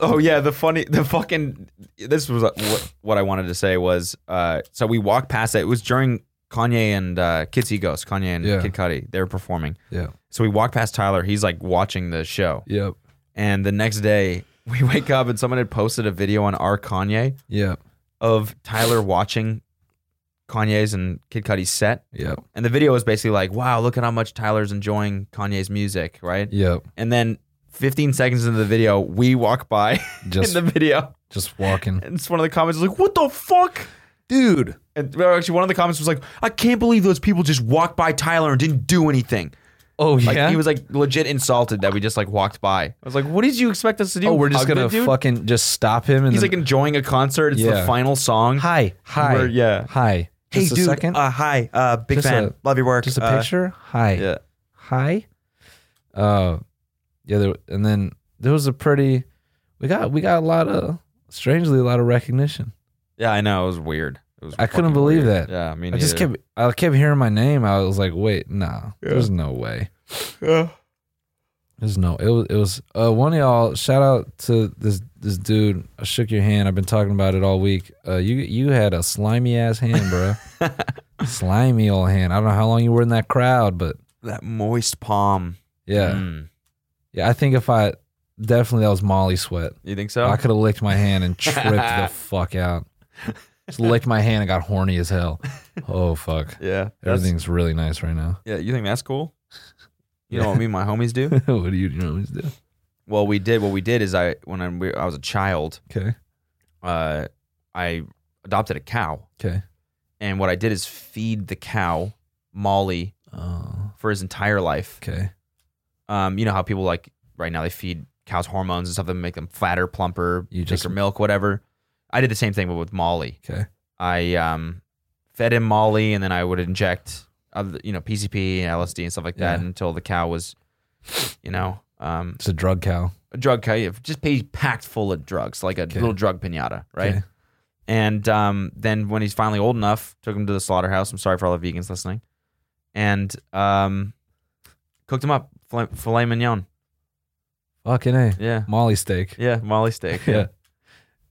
Speaker 2: Oh yeah, the funny, the fucking. This was uh, what, what I wanted to say was. Uh, so we walked past it. It was during Kanye and uh, Kitsy Ghost, Kanye and
Speaker 3: Yeah.
Speaker 2: Kid Cudi. They were performing.
Speaker 3: Yeah.
Speaker 2: So we walked past Tyler. He's like watching the show.
Speaker 3: Yep.
Speaker 2: And the next day, we wake up and someone had posted a video on our Kanye
Speaker 3: Yep.
Speaker 2: of Tyler watching Kanye's and Kid Cudi's set.
Speaker 3: Yep.
Speaker 2: And the video was basically like, "Wow, look at how much Tyler's enjoying Kanye's music, right?"
Speaker 3: Yep.
Speaker 2: And then 15 seconds into the video, we walk by
Speaker 3: Just
Speaker 2: in the video.
Speaker 3: just walking.
Speaker 2: And it's one of the comments was like, "What the fuck?"
Speaker 3: Dude.
Speaker 2: And well, actually, one of the comments was like, "I can't believe those people just walked by Tyler and didn't do anything."
Speaker 3: Oh
Speaker 2: Like
Speaker 3: yeah.
Speaker 2: he was like legit insulted that we just like walked by. I was like, "What did you expect us to do?"
Speaker 3: oh, we're just
Speaker 2: Hug the
Speaker 3: gonna
Speaker 2: dude?
Speaker 3: fucking just stop him and
Speaker 2: He's
Speaker 3: then,
Speaker 2: like enjoying a concert. It's
Speaker 3: Yeah.
Speaker 2: the final song.
Speaker 3: hi, hi,
Speaker 2: We're- yeah.
Speaker 3: hi.
Speaker 2: Hey,
Speaker 3: Just a
Speaker 2: dude.
Speaker 3: second.
Speaker 2: Uh, hi. Uh, big
Speaker 3: Just
Speaker 2: fan.
Speaker 3: a-
Speaker 2: Love your work.
Speaker 3: just a
Speaker 2: Uh,
Speaker 3: picture. hi.
Speaker 2: Yeah.
Speaker 3: hi. Uh, yeah. There, and then there was a pretty. We got we got a lot of strangely a lot of recognition.
Speaker 2: Yeah, I know. It was weird. It was
Speaker 3: I couldn't
Speaker 2: fucking
Speaker 3: believe
Speaker 2: weird.
Speaker 3: that.
Speaker 2: Yeah, I mean,
Speaker 3: I just kept I kept hearing my name. I was like, wait, nah, there's no way. There's no. It was it was uh, one of y'all. Shout out to this this dude. I shook your hand. I've been talking about it all week. Uh, you you had a slimy ass hand, bro. slimy old hand. I don't know how long you were in that crowd, but
Speaker 2: that moist palm.
Speaker 3: yeah,
Speaker 2: Mm.
Speaker 3: yeah. I think if I definitely that was Molly sweat.
Speaker 2: You think so?
Speaker 3: I could have licked my hand and tripped the fuck out. Just licked my hand and got horny as hell. Oh fuck.
Speaker 2: yeah. That's,
Speaker 3: Everything's really nice right now.
Speaker 2: yeah. You think that's cool? You know what me and my homies do?
Speaker 3: what do you normally do?
Speaker 2: Well, we did. What we did is I when I, we, I was a child,
Speaker 3: Okay.
Speaker 2: uh, I adopted a cow,
Speaker 3: Okay.
Speaker 2: and what I did is feed the cow Molly
Speaker 3: Oh.
Speaker 2: for his entire life.
Speaker 3: Okay.
Speaker 2: Um, you know how people like right now they feed cows hormones and stuff that make them fatter, plumper,
Speaker 3: You
Speaker 2: you
Speaker 3: just-
Speaker 2: thicker milk, whatever. I did the same thing, but with Molly.
Speaker 3: Okay.
Speaker 2: I um, fed him Molly, and then I would inject, other, you know, PCP and LSD and stuff like that
Speaker 3: Yeah.
Speaker 2: until the cow was, you know, um,
Speaker 3: It's a drug cow.
Speaker 2: a drug cow, just pa- packed full of drugs, like a little drug pinata, right?
Speaker 3: Okay.
Speaker 2: And um, then when he's finally old enough, took him to the slaughterhouse. I'm sorry for all the vegans listening, and um, cooked him up filet, filet mignon.
Speaker 3: Fucking a.
Speaker 2: Yeah,
Speaker 3: Molly steak.
Speaker 2: yeah, Molly steak.
Speaker 3: Yeah.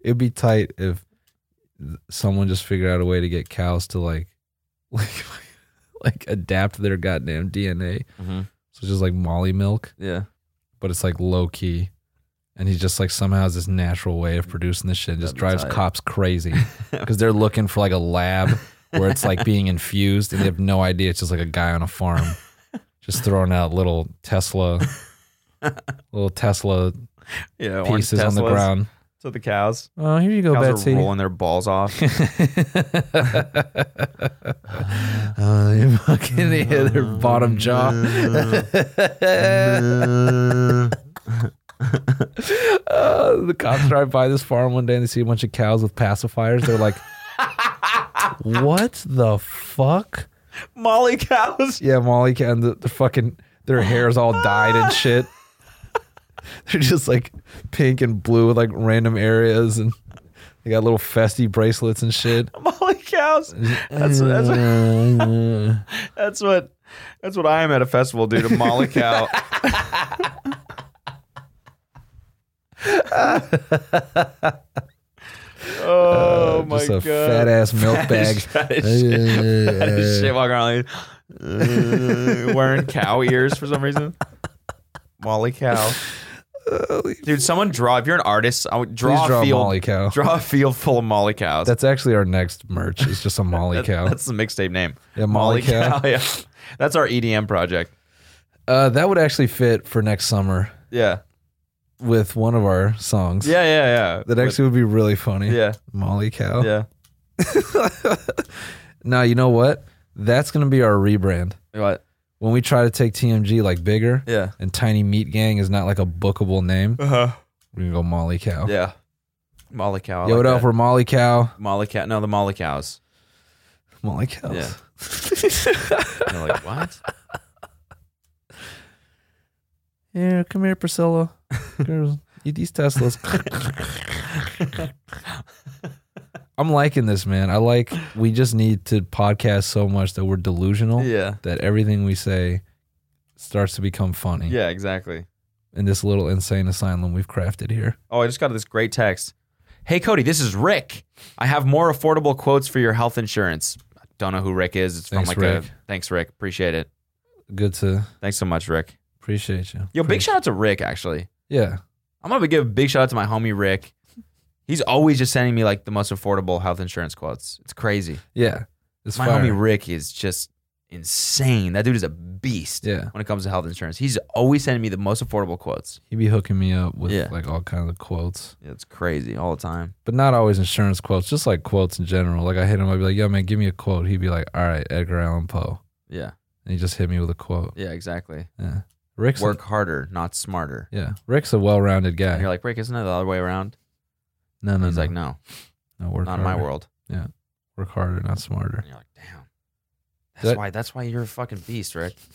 Speaker 3: It'd be tight if th- someone just figured out a way to get cows to like, like, like adapt their goddamn DNA.
Speaker 2: Mhm.
Speaker 3: So it's just like Molly milk,
Speaker 2: yeah.
Speaker 3: but it's like low key. And he's just like somehow has this natural way of producing this shit and just
Speaker 2: That'd be
Speaker 3: drives
Speaker 2: tight.
Speaker 3: cops crazy because they're looking for like a lab where it's like being infused and they have no idea. It's just like a guy on a farm just throwing out little Tesla, little Tesla
Speaker 2: Yeah, orange
Speaker 3: pieces on the
Speaker 2: Teslas
Speaker 3: ground.
Speaker 2: to the cows.
Speaker 3: Oh, here you go,
Speaker 2: Cows
Speaker 3: Betsy.
Speaker 2: are rolling their balls off.
Speaker 3: oh, they fucking yeah, their bottom jaw. Oh, the cops drive by this farm one day and they see a bunch of cows with pacifiers. They're like, "What the fuck?"
Speaker 2: Molly cows.
Speaker 3: Yeah, Molly can. The, the fucking their hair's all dyed and shit. They're just like pink and blue with like random areas, and they got little festy bracelets and shit.
Speaker 2: Molly cows. That's that's that's what that's what I am at a festival, dude. A Molly cow. oh my
Speaker 3: just a
Speaker 2: god!
Speaker 3: fat ass milk bag.
Speaker 2: Fat as shit. Fat as shit walking around like, uh, wearing cow ears for some reason. Molly cow. Dude, someone draw. If you're an artist, I would draw,
Speaker 3: Please draw
Speaker 2: a
Speaker 3: a
Speaker 2: field.
Speaker 3: Molly cow.
Speaker 2: Draw a field full of Molly cows.
Speaker 3: That's actually our next merch. It's just a Molly
Speaker 2: That-
Speaker 3: cow.
Speaker 2: That's the mixtape name.
Speaker 3: Yeah, Molly Cow.
Speaker 2: Yeah, that's our EDM project.
Speaker 3: Uh, that would actually fit for next summer
Speaker 2: Yeah,
Speaker 3: with one of our songs.
Speaker 2: yeah, yeah, yeah.
Speaker 3: That actually would be really funny.
Speaker 2: Yeah.
Speaker 3: Molly cow.
Speaker 2: yeah.
Speaker 3: Now, you know what? That's going to be our rebrand.
Speaker 2: What?
Speaker 3: When we try to take TMG like bigger
Speaker 2: Yeah.
Speaker 3: and Tiny Meat Gang is not like a bookable name, we're going to go Molly cow.
Speaker 2: Yeah. Molly cow. I
Speaker 3: Yo,
Speaker 2: like
Speaker 3: what up?
Speaker 2: that.
Speaker 3: We're Molly Cow.
Speaker 2: Molly cow. No, the Molly cows.
Speaker 3: Molly Cows.
Speaker 2: Yeah. And they're like, what?
Speaker 3: Here, come here, Priscilla. Girls, eat these Teslas. I'm liking this, man. I like. We just need to podcast so much that we're delusional
Speaker 2: yeah.
Speaker 3: that everything we say starts to become funny.
Speaker 2: Yeah, exactly.
Speaker 3: In this little insane asylum we've crafted here.
Speaker 2: Oh, I just got this great text. Hey, Cody, this is Rick. I have more affordable quotes for your health insurance. Don't know who Rick is. It's
Speaker 3: Thanks,
Speaker 2: from like a.
Speaker 3: Rick.
Speaker 2: Thanks, Rick. Appreciate it.
Speaker 3: Good to
Speaker 2: Thanks so much, Rick.
Speaker 3: appreciate you.
Speaker 2: Yo, big
Speaker 3: Appreciate-
Speaker 2: shout out to Rick, actually.
Speaker 3: Yeah.
Speaker 2: I'm going to give a big shout out to my homie, Rick. He's always just sending me like the most affordable health insurance quotes. It's crazy.
Speaker 3: Yeah. It's
Speaker 2: my
Speaker 3: fire.
Speaker 2: homie, Rick, is just insane. That dude is a beast
Speaker 3: Yeah.
Speaker 2: when it comes to health insurance. He's always sending me the most affordable quotes.
Speaker 3: He'd be hooking me up with
Speaker 2: Yeah.
Speaker 3: like all kinds of quotes,
Speaker 2: Yeah, it's crazy all the time.
Speaker 3: but not always insurance quotes, just like quotes in general. Like I hit him, I'd be like, yo, man, give me a quote. He'd be like, all right, Edgar Allan Poe.
Speaker 2: Yeah.
Speaker 3: And he just hit me with a quote.
Speaker 2: Yeah, exactly.
Speaker 3: Yeah. Rick's
Speaker 2: Work harder, not smarter.
Speaker 3: A, yeah. Rick's a well rounded guy.
Speaker 2: And you're like, Rick, isn't it the other way around?
Speaker 3: no, no,
Speaker 2: He's
Speaker 3: no.
Speaker 2: like, no,
Speaker 3: no work
Speaker 2: not in my
Speaker 3: harder.
Speaker 2: world.
Speaker 3: Work harder, not smarter.
Speaker 2: And you're like, damn. That's
Speaker 3: That-
Speaker 2: why. That's why you're a fucking beast, Rick. 'Cause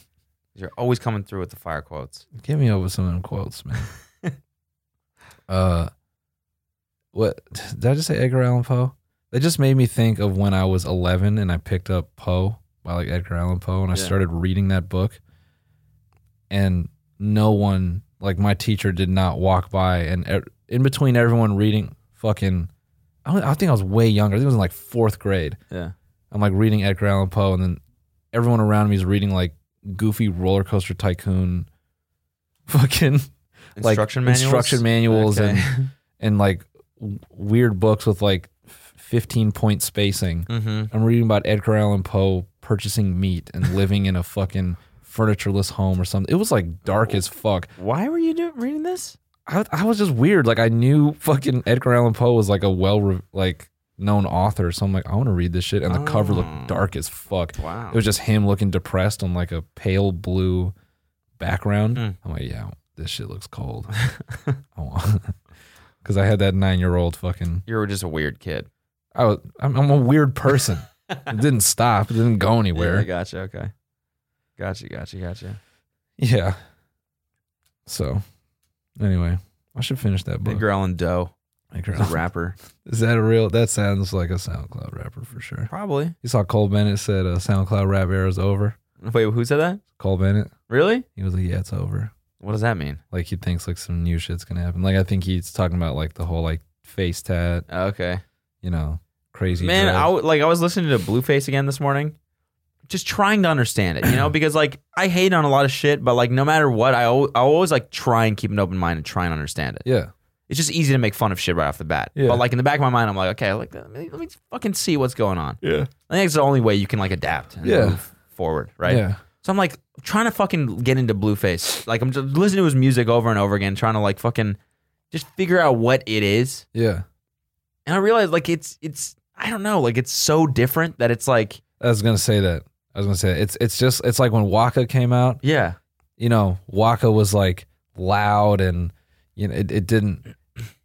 Speaker 2: You're always coming through with the fire quotes.
Speaker 3: Get me over some of them quotes, man. uh, what did I just say? Edgar Allan Poe. That just made me think of when I was 11 and I picked up Poe by like Edgar Allan Poe, and I
Speaker 2: Yeah.
Speaker 3: started reading that book. And no one, like my teacher, did not walk by, and e- in between everyone reading, fucking, I, don't- I think I was way younger. I think it was in like fourth grade.
Speaker 2: Yeah.
Speaker 3: I'm like reading Edgar Allan Poe, and then everyone around me is reading like goofy roller coaster tycoon, fucking
Speaker 2: Instruction
Speaker 3: like
Speaker 2: manuals.
Speaker 3: instruction manuals,
Speaker 2: Okay.
Speaker 3: and and like w- weird books with like f- 15 point spacing.
Speaker 2: mm-hmm.
Speaker 3: I'm reading about Edgar Allan Poe purchasing meat and living in a fucking furnitureless home or something. It was like dark as fuck.
Speaker 2: Why were you doing reading this?
Speaker 3: I, I was just weird. Like I knew fucking Edgar Allan Poe was like a well re- like known author, so I'm like I want to read this shit. And the cover looked dark as fuck.
Speaker 2: Oh. Wow.
Speaker 3: It was just him looking depressed on like a pale blue background.
Speaker 2: Mm.
Speaker 3: I'm like, yeah, this shit looks cold. I want because I had that nine year old fucking.
Speaker 2: you were just a weird kid.
Speaker 3: I was, I'm, I'm a weird person. it didn't stop. It didn't go
Speaker 2: Yeah,
Speaker 3: anywhere.
Speaker 2: gotcha. Okay. Gotcha. Gotcha. Gotcha.
Speaker 3: Yeah. So, anyway, I should finish that book.
Speaker 2: Big girl and Doe,
Speaker 3: Edgar
Speaker 2: he's a
Speaker 3: Allan-
Speaker 2: rapper.
Speaker 3: Is that a real? That sounds like a SoundCloud rapper for sure.
Speaker 2: Probably.
Speaker 3: You saw Cole Bennett said uh, SoundCloud rap era's over.
Speaker 2: Wait, who said that?
Speaker 3: Cole Bennett,
Speaker 2: Really?
Speaker 3: he was like, yeah, it's over.
Speaker 2: What does that mean?
Speaker 3: Like he thinks like some new shit's gonna happen. Like I think he's talking about like the whole like face tat,
Speaker 2: Okay.
Speaker 3: you know, crazy.
Speaker 2: Man,
Speaker 3: dread.
Speaker 2: I w- like I was listening to Blueface again this morning, just trying to understand it, you know, because like I hate on a lot of shit, but like no matter what, I al- I always like try and keep an open mind and try and understand it.
Speaker 3: yeah,
Speaker 2: It's just easy to make fun of shit right off the bat,
Speaker 3: Yeah.
Speaker 2: but like in the back of my mind, I'm like, okay, like let me, let me fucking see what's going on.
Speaker 3: yeah,
Speaker 2: I think it's the only way you can like adapt and
Speaker 3: Yeah.
Speaker 2: move forward, right?
Speaker 3: yeah.
Speaker 2: So I'm like trying to fucking get into Blueface. Like I'm just listening to his music over and over again, trying to like fucking just figure out what it is
Speaker 3: Yeah,
Speaker 2: and I realized like it's it's I don't know like it's so different that it's like
Speaker 3: I was gonna say that. I was gonna say that. it's it's just it's like when Waka came out.
Speaker 2: yeah
Speaker 3: You know, Waka was like loud and you know it, it didn't.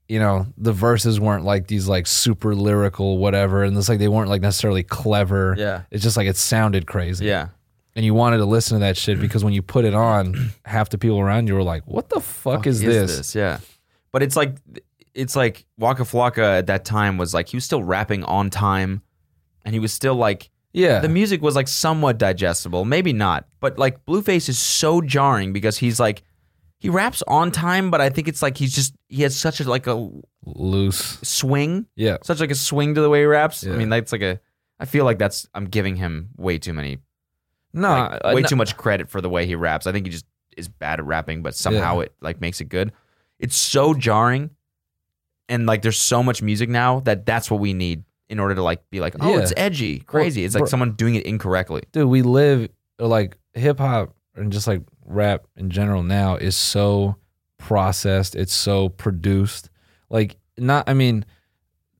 Speaker 3: You know, the verses weren't like these like super lyrical whatever, and it's like they weren't like necessarily clever.
Speaker 2: yeah
Speaker 3: It's just like it sounded crazy.
Speaker 2: yeah
Speaker 3: And you wanted to listen to that shit because when you put it on, half the people around you were like, "What the fuck, is, this?
Speaker 2: yeah but it's like it's like Waka Flocka at that time was like he was still rapping on time and he was still like
Speaker 3: Yeah.
Speaker 2: the music was like somewhat digestible maybe not but like Blueface is so jarring because he's like he raps on time but I think it's like he's just he has such a like a
Speaker 3: Loose.
Speaker 2: swing
Speaker 3: Yeah.
Speaker 2: such like a swing to the way he raps I
Speaker 3: Yeah.
Speaker 2: mean that's like a I feel like that's I'm giving him way too many
Speaker 3: No.
Speaker 2: like,
Speaker 3: I-
Speaker 2: way
Speaker 3: no-
Speaker 2: too much credit for the way he raps. I think he just is bad at rapping, but somehow it like makes it good. It's so jarring, and like there's so much music now that that's what we need in order to like be like, oh,
Speaker 3: Yeah.
Speaker 2: it's edgy, crazy. It's like
Speaker 3: bro-
Speaker 2: someone doing it incorrectly.
Speaker 3: dude, we live uh, like hip hop and just like rap in general now is so processed. It's so produced. Like not, I mean,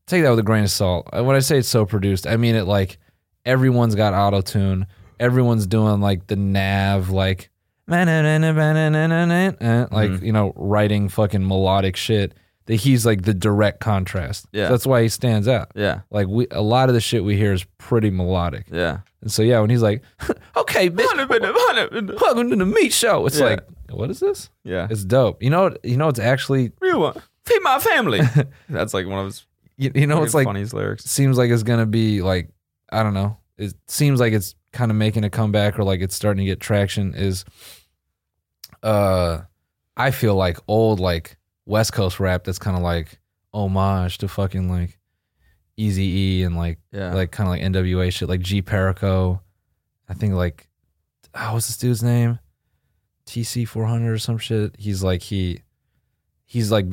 Speaker 3: take that with a grain of salt. Uh, When I say it's so produced, I mean it like everyone's got auto tune. Everyone's doing like the nav, like
Speaker 2: Mm-hmm.
Speaker 3: like you know, writing fucking melodic shit. that he's like the direct contrast.
Speaker 2: Yeah.
Speaker 3: So that's why he stands out.
Speaker 2: Yeah.
Speaker 3: Like we, a lot of the shit we hear is pretty melodic.
Speaker 2: Yeah.
Speaker 3: And so yeah, when he's like, "Okay, bitch, welcome to the meat show," it's
Speaker 2: Yeah.
Speaker 3: like, what is this?
Speaker 2: Yeah.
Speaker 3: It's dope. You know, what- you know, it's actually,
Speaker 2: Real one. Feed my family. That's like one of his
Speaker 3: you, you know,
Speaker 2: pretty
Speaker 3: it's like
Speaker 2: funniest lyrics.
Speaker 3: seems like it's gonna be like I don't know. It seems like it's kind of making a comeback or like it's starting to get traction. Is uh, I feel like old like West Coast rap that's kind of like homage to fucking like Easy E and like
Speaker 2: Yeah.
Speaker 3: like kind of like NWA shit, like G Perico. I think like oh, what's this dude's name? TC four hundred or some shit. He's like he, he's like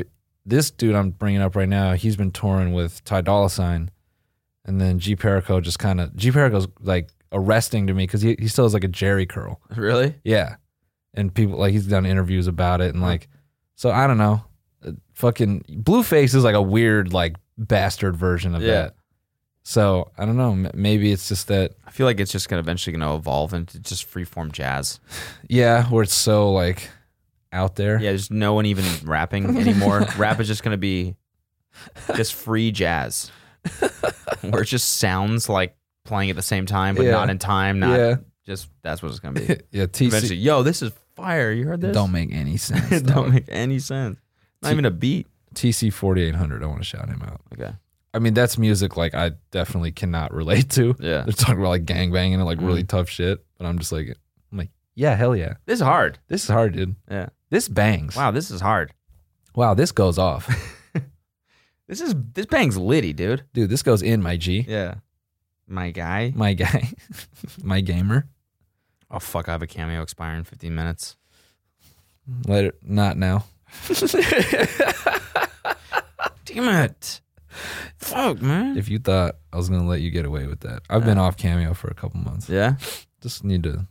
Speaker 3: this dude I'm bringing up right now. He's been touring with Ty Dolla Sign, and then G Perico just kind of G Perico's like arresting to me because he he still has like a Jerry curl.
Speaker 2: really?
Speaker 3: Yeah, and people like he's done interviews about it and like so I don't know. Uh, Fucking Blueface is like a weird like bastard version of
Speaker 2: Yeah.
Speaker 3: that. So I don't know. m- Maybe it's just that
Speaker 2: I feel like it's just gonna eventually gonna evolve into just freeform jazz.
Speaker 3: yeah, where it's so like out there.
Speaker 2: Yeah, there's no one even rapping anymore. Rap is just gonna be just free jazz, where it just sounds like playing at the same time, but
Speaker 3: Yeah.
Speaker 2: not in time. Not
Speaker 3: Yeah.
Speaker 2: just that's what it's gonna be.
Speaker 3: yeah. TC
Speaker 2: Eventually, yo, this is fire. You heard this?
Speaker 3: don't make any sense.
Speaker 2: it
Speaker 3: dog.
Speaker 2: don't make any sense. Not even a beat.
Speaker 3: TC forty eight hundred. I want to shout him out.
Speaker 2: Okay.
Speaker 3: I mean, that's music like I definitely cannot relate to.
Speaker 2: Yeah. Mm-hmm.
Speaker 3: They're talking about like gangbanging and like really tough shit, but I'm just like, I'm like, yeah, hell yeah,
Speaker 2: This is hard.
Speaker 3: this is hard, dude.
Speaker 2: Yeah.
Speaker 3: This bangs.
Speaker 2: Wow, this is hard.
Speaker 3: wow, this goes off,
Speaker 2: This is this bang's litty, dude.
Speaker 3: dude. This goes in my G,
Speaker 2: Yeah. My guy.
Speaker 3: my guy, my gamer.
Speaker 2: Oh fuck, I have a cameo expiring in 15 minutes.
Speaker 3: Later, not now.
Speaker 2: Damn it. Fuck, man.
Speaker 3: If you thought I was gonna let you get away with that, I've been off Cameo for a couple months.
Speaker 2: Uh. Yeah.
Speaker 3: Just need to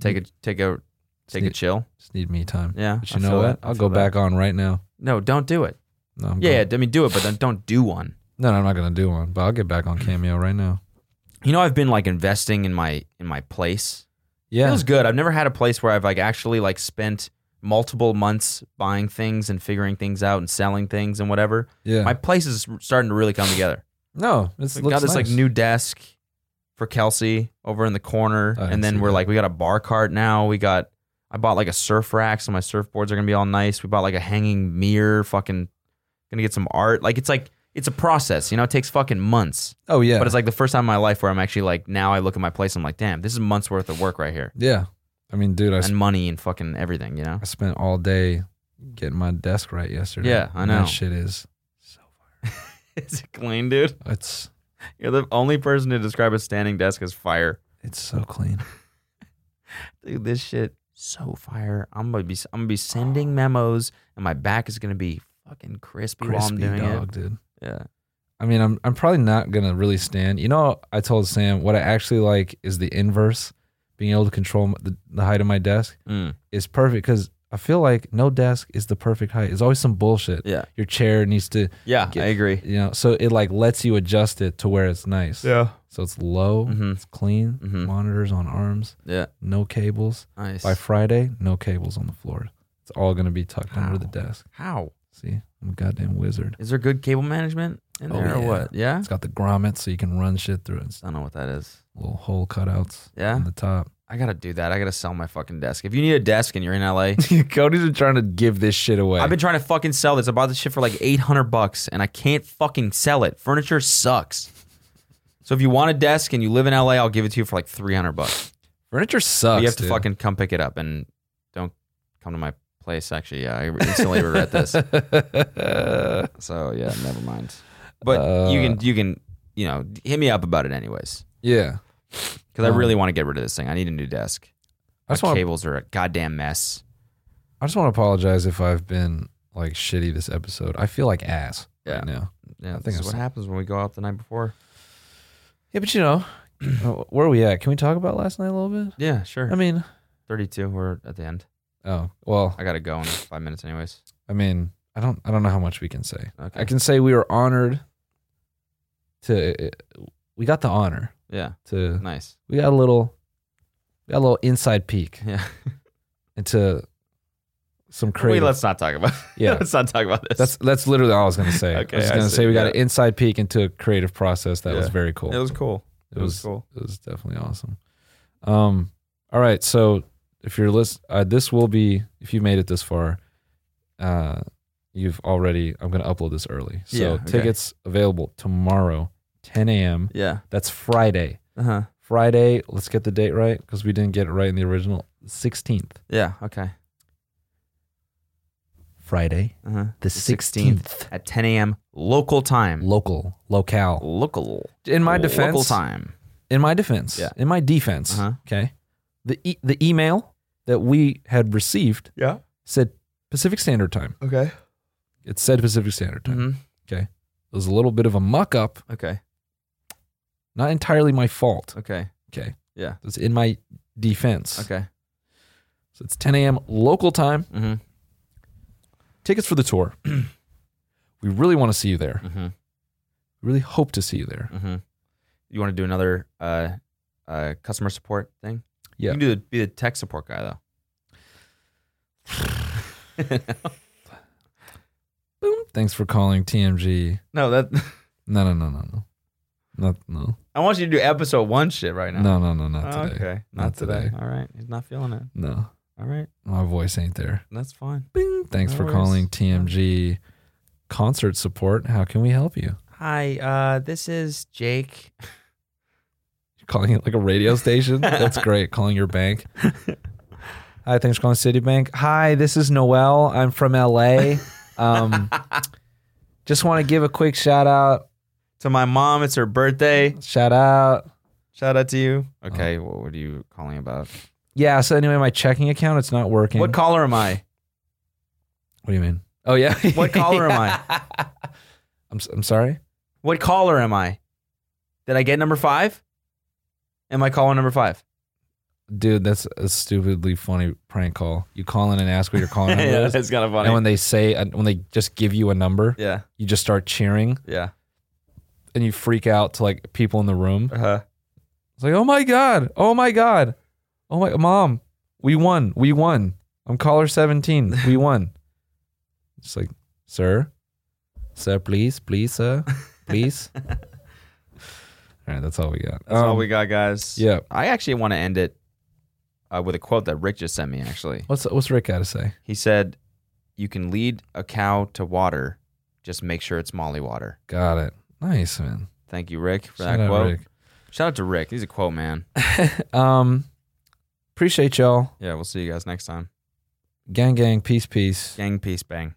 Speaker 2: Take a take a take a
Speaker 3: Sneak-
Speaker 2: chill.
Speaker 3: just need me time.
Speaker 2: Yeah,
Speaker 3: but you
Speaker 2: I
Speaker 3: know
Speaker 2: feel
Speaker 3: what?
Speaker 2: that. I
Speaker 3: I'll go
Speaker 2: feel that.
Speaker 3: back on right now.
Speaker 2: No, don't do it.
Speaker 3: No, I'm
Speaker 2: Yeah,
Speaker 3: going-
Speaker 2: I mean do it, but then don't do one.
Speaker 3: no, no, I'm not gonna do one, but I'll get back on Cameo right now.
Speaker 2: You know, I've been like investing in my in my place.
Speaker 3: Yeah,
Speaker 2: Feels good. I've never had a place where I've like actually like spent multiple months buying things and figuring things out and selling things and whatever.
Speaker 3: yeah.
Speaker 2: My place is starting to really come together.
Speaker 3: no, it's
Speaker 2: We
Speaker 3: looks
Speaker 2: got this like
Speaker 3: nice.
Speaker 2: new desk for Kelsey over in the corner,
Speaker 3: Oh, I didn't
Speaker 2: and then
Speaker 3: see
Speaker 2: we're
Speaker 3: that.
Speaker 2: like we got a bar cart now. We got I bought like a surf rack, so my surfboards are gonna be all nice. We bought like a hanging mirror, fucking gonna get some art. Like it's like it's a process, you know. It takes fucking months,
Speaker 3: Oh yeah,
Speaker 2: but it's like the first time in my life where I'm actually like now I look at my place, I'm like, damn, this is months worth of work right here,
Speaker 3: yeah. I mean, dude, I, sp-
Speaker 2: and money and fucking everything, you know.
Speaker 3: I spent all day getting my desk right yesterday.
Speaker 2: Yeah, I
Speaker 3: And
Speaker 2: know.
Speaker 3: That shit is.
Speaker 2: Is it clean, dude?
Speaker 3: It's
Speaker 2: You're the only person to describe a standing desk as fire.
Speaker 3: it's so clean.
Speaker 2: dude, this shit so fire. I'm gonna be I'm gonna be sending memos, and my back is gonna be fucking crispy, while I'm
Speaker 3: Crispy
Speaker 2: doing
Speaker 3: dog,
Speaker 2: it.
Speaker 3: dude.
Speaker 2: Yeah,
Speaker 3: I mean, I'm I'm probably not gonna really stand. You know, I told Sam what I actually like is the inverse, being able to control m- the, the height of my desk
Speaker 2: Mm.
Speaker 3: is perfect because I feel like no desk is the perfect height. It's always some bullshit.
Speaker 2: Yeah.
Speaker 3: your chair needs to,
Speaker 2: yeah,
Speaker 3: Get-
Speaker 2: I agree.
Speaker 3: you know, so it like lets you adjust it to where it's nice.
Speaker 2: Yeah,
Speaker 3: So it's low,
Speaker 2: Mhm.
Speaker 3: it's clean,
Speaker 2: Mhm.
Speaker 3: monitors on arms,
Speaker 2: yeah,
Speaker 3: no cables.
Speaker 2: nice.
Speaker 3: By Friday, no cables on the floor. It's all going to be tucked under the
Speaker 2: Wow.
Speaker 3: desk.
Speaker 2: How
Speaker 3: See, I'm a goddamn wizard.
Speaker 2: is there good cable management in
Speaker 3: Oh,
Speaker 2: there or
Speaker 3: yeah.
Speaker 2: what? Yeah,
Speaker 3: It's got the grommets so you can run shit through it. It's
Speaker 2: I don't know what that is.
Speaker 3: little hole cutouts
Speaker 2: Yeah?
Speaker 3: on the top.
Speaker 2: I gotta do that. I gotta sell my fucking desk. If you need a desk and you're in LA,
Speaker 3: Cody's been trying to give this shit away.
Speaker 2: I've been trying to fucking sell this. I bought this shit for like 800 bucks and I can't fucking sell it. Furniture sucks. So if you want a desk and you live in LA, I'll give it to you for like 300 bucks.
Speaker 3: Furniture sucks.
Speaker 2: But you have to
Speaker 3: dude.
Speaker 2: fucking come pick it up and don't come to my place. Actually, yeah, I instantly regret this. So yeah, never mind. But
Speaker 3: Uh,
Speaker 2: you can you can you know hit me up about it anyways
Speaker 3: yeah.
Speaker 2: because
Speaker 3: Uh-huh.
Speaker 2: I really want to get rid of this thing. I need a new desk.
Speaker 3: I just
Speaker 2: My
Speaker 3: want to
Speaker 2: cables are a goddamn mess.
Speaker 3: I just want to apologize if I've been like shitty this episode. I feel like ass
Speaker 2: Yeah.
Speaker 3: right now.
Speaker 2: Yeah, I think
Speaker 3: think
Speaker 2: this is
Speaker 3: I've
Speaker 2: what
Speaker 3: seen-
Speaker 2: happens when we go out the night before.
Speaker 3: Yeah, but you know, uh, where are we at? Can we talk about last night a little bit?
Speaker 2: Yeah, sure.
Speaker 3: I mean,
Speaker 2: 32. We're at the end.
Speaker 3: oh well,
Speaker 2: I gotta go in five minutes anyways.
Speaker 3: I mean, I don't, I don't know how much we can say.
Speaker 2: Okay.
Speaker 3: I can say we were honored to, we got the honor
Speaker 2: Yeah,
Speaker 3: to,
Speaker 2: nice.
Speaker 3: we got a little, we got a little inside peek
Speaker 2: Yeah,
Speaker 3: into some
Speaker 2: Wait,
Speaker 3: creative.
Speaker 2: let's not talk about.
Speaker 3: Yeah.
Speaker 2: let's not talk about this.
Speaker 3: that's that's literally all I was gonna say.
Speaker 2: Okay,
Speaker 3: I was
Speaker 2: I
Speaker 3: gonna
Speaker 2: see,
Speaker 3: say we got
Speaker 2: yeah.
Speaker 3: an inside peek into a creative process that was
Speaker 2: Yeah.
Speaker 3: very cool.
Speaker 2: It was cool.
Speaker 3: It was
Speaker 2: cool.
Speaker 3: It was definitely awesome. Um, all right. So if you're list, uh, this will be if you made it this far, uh, you've already. I'm gonna upload this early. So
Speaker 2: Yeah, okay.
Speaker 3: tickets available tomorrow, 10 a.m.
Speaker 2: Yeah.
Speaker 3: That's Friday.
Speaker 2: Uh huh.
Speaker 3: Friday. Let's get the date right because we didn't get it right in the original. 16th.
Speaker 2: Yeah. Okay.
Speaker 3: Friday.
Speaker 2: Uh huh.
Speaker 3: The 16th.
Speaker 2: at 10 a.m. local time.
Speaker 3: Local. Locale.
Speaker 2: Local.
Speaker 3: In my
Speaker 2: Local
Speaker 3: defense.
Speaker 2: time.
Speaker 3: in my defense,
Speaker 2: Yeah.
Speaker 3: in my defense,
Speaker 2: Uh-huh.
Speaker 3: okay, the e- the email that we had received,
Speaker 2: Yeah.
Speaker 3: said Pacific Standard Time.
Speaker 2: Okay.
Speaker 3: It said Pacific Standard Time.
Speaker 2: hmm
Speaker 3: It was a little bit of a muck up,
Speaker 2: Okay.
Speaker 3: not entirely my fault.
Speaker 2: Okay.
Speaker 3: Okay,
Speaker 2: Yeah.
Speaker 3: it's in my defense.
Speaker 2: Okay.
Speaker 3: so it's 10 a.m. local time.
Speaker 2: Mm-hmm.
Speaker 3: Tickets for the tour. we really want to see you there.
Speaker 2: Mm-hmm.
Speaker 3: We really hope to see you there.
Speaker 2: Mm-hmm. You want to do another uh, uh, customer support thing?
Speaker 3: Yeah.
Speaker 2: You can do the, be the tech support guy though.
Speaker 3: Boom. Thanks for calling TMG.
Speaker 2: No, that
Speaker 3: No, no, no, no, no, not no,
Speaker 2: I want you to do episode one shit right now.
Speaker 3: no, no, no, not
Speaker 2: Oh,
Speaker 3: today.
Speaker 2: Okay. Not,
Speaker 3: Not
Speaker 2: today.
Speaker 3: today.
Speaker 2: All right. He's not feeling it.
Speaker 3: No,
Speaker 2: All right.
Speaker 3: my voice ain't there.
Speaker 2: That's fine.
Speaker 3: Bing. Thanks
Speaker 2: No
Speaker 3: for
Speaker 2: worries.
Speaker 3: calling TMG concert support. How can we help you?
Speaker 2: Hi, uh, this is Jake.
Speaker 3: You're calling it like a radio station? That's great. Calling your bank. Hi, thanks for calling Citibank. Hi, this is Noel. I'm from LA. Um, just want to give a quick shout out.
Speaker 2: To my mom, it's her birthday.
Speaker 3: Shout out.
Speaker 2: Shout out to you.
Speaker 3: Oh.
Speaker 2: Okay, what were you calling about?
Speaker 3: Yeah. So anyway, my checking account it's not working.
Speaker 2: What caller am I?
Speaker 3: What do you mean? Oh yeah.
Speaker 2: What caller am I?
Speaker 3: I'm s- I'm sorry.
Speaker 2: What caller am I? Did I get number five? Am I caller number five?
Speaker 3: Dude, that's a stupidly funny prank call. You call in and ask what your calling number is.
Speaker 2: kind of
Speaker 3: And when they say, and when they just give you a number,
Speaker 2: yeah,
Speaker 3: you just start cheering
Speaker 2: yeah.
Speaker 3: and you freak out to like people in the room.
Speaker 2: Uh-huh.
Speaker 3: It's like, oh my God. Oh my God. Oh my, mom, we won. We won. I'm caller 17. We won. It's like, sir, sir, please, please, sir, please. all right. That's all we got.
Speaker 2: That's all
Speaker 3: Um,
Speaker 2: we got, guys.
Speaker 3: yeah.
Speaker 2: I actually want to end it uh, with a quote that Rick just sent me, actually.
Speaker 3: What's, what's Rick got to say?
Speaker 2: He said, You can lead a cow to water, just make sure it's molly water.
Speaker 3: Got it. Nice, man.
Speaker 2: Thank you, Rick, for
Speaker 3: Shout
Speaker 2: that
Speaker 3: out,
Speaker 2: quote.
Speaker 3: Rick.
Speaker 2: Shout out to Rick. He's a quote man.
Speaker 3: Um, appreciate y'all.
Speaker 2: yeah, we'll see you guys next time.
Speaker 3: Gang, gang, peace, peace.
Speaker 2: Gang, peace, bang.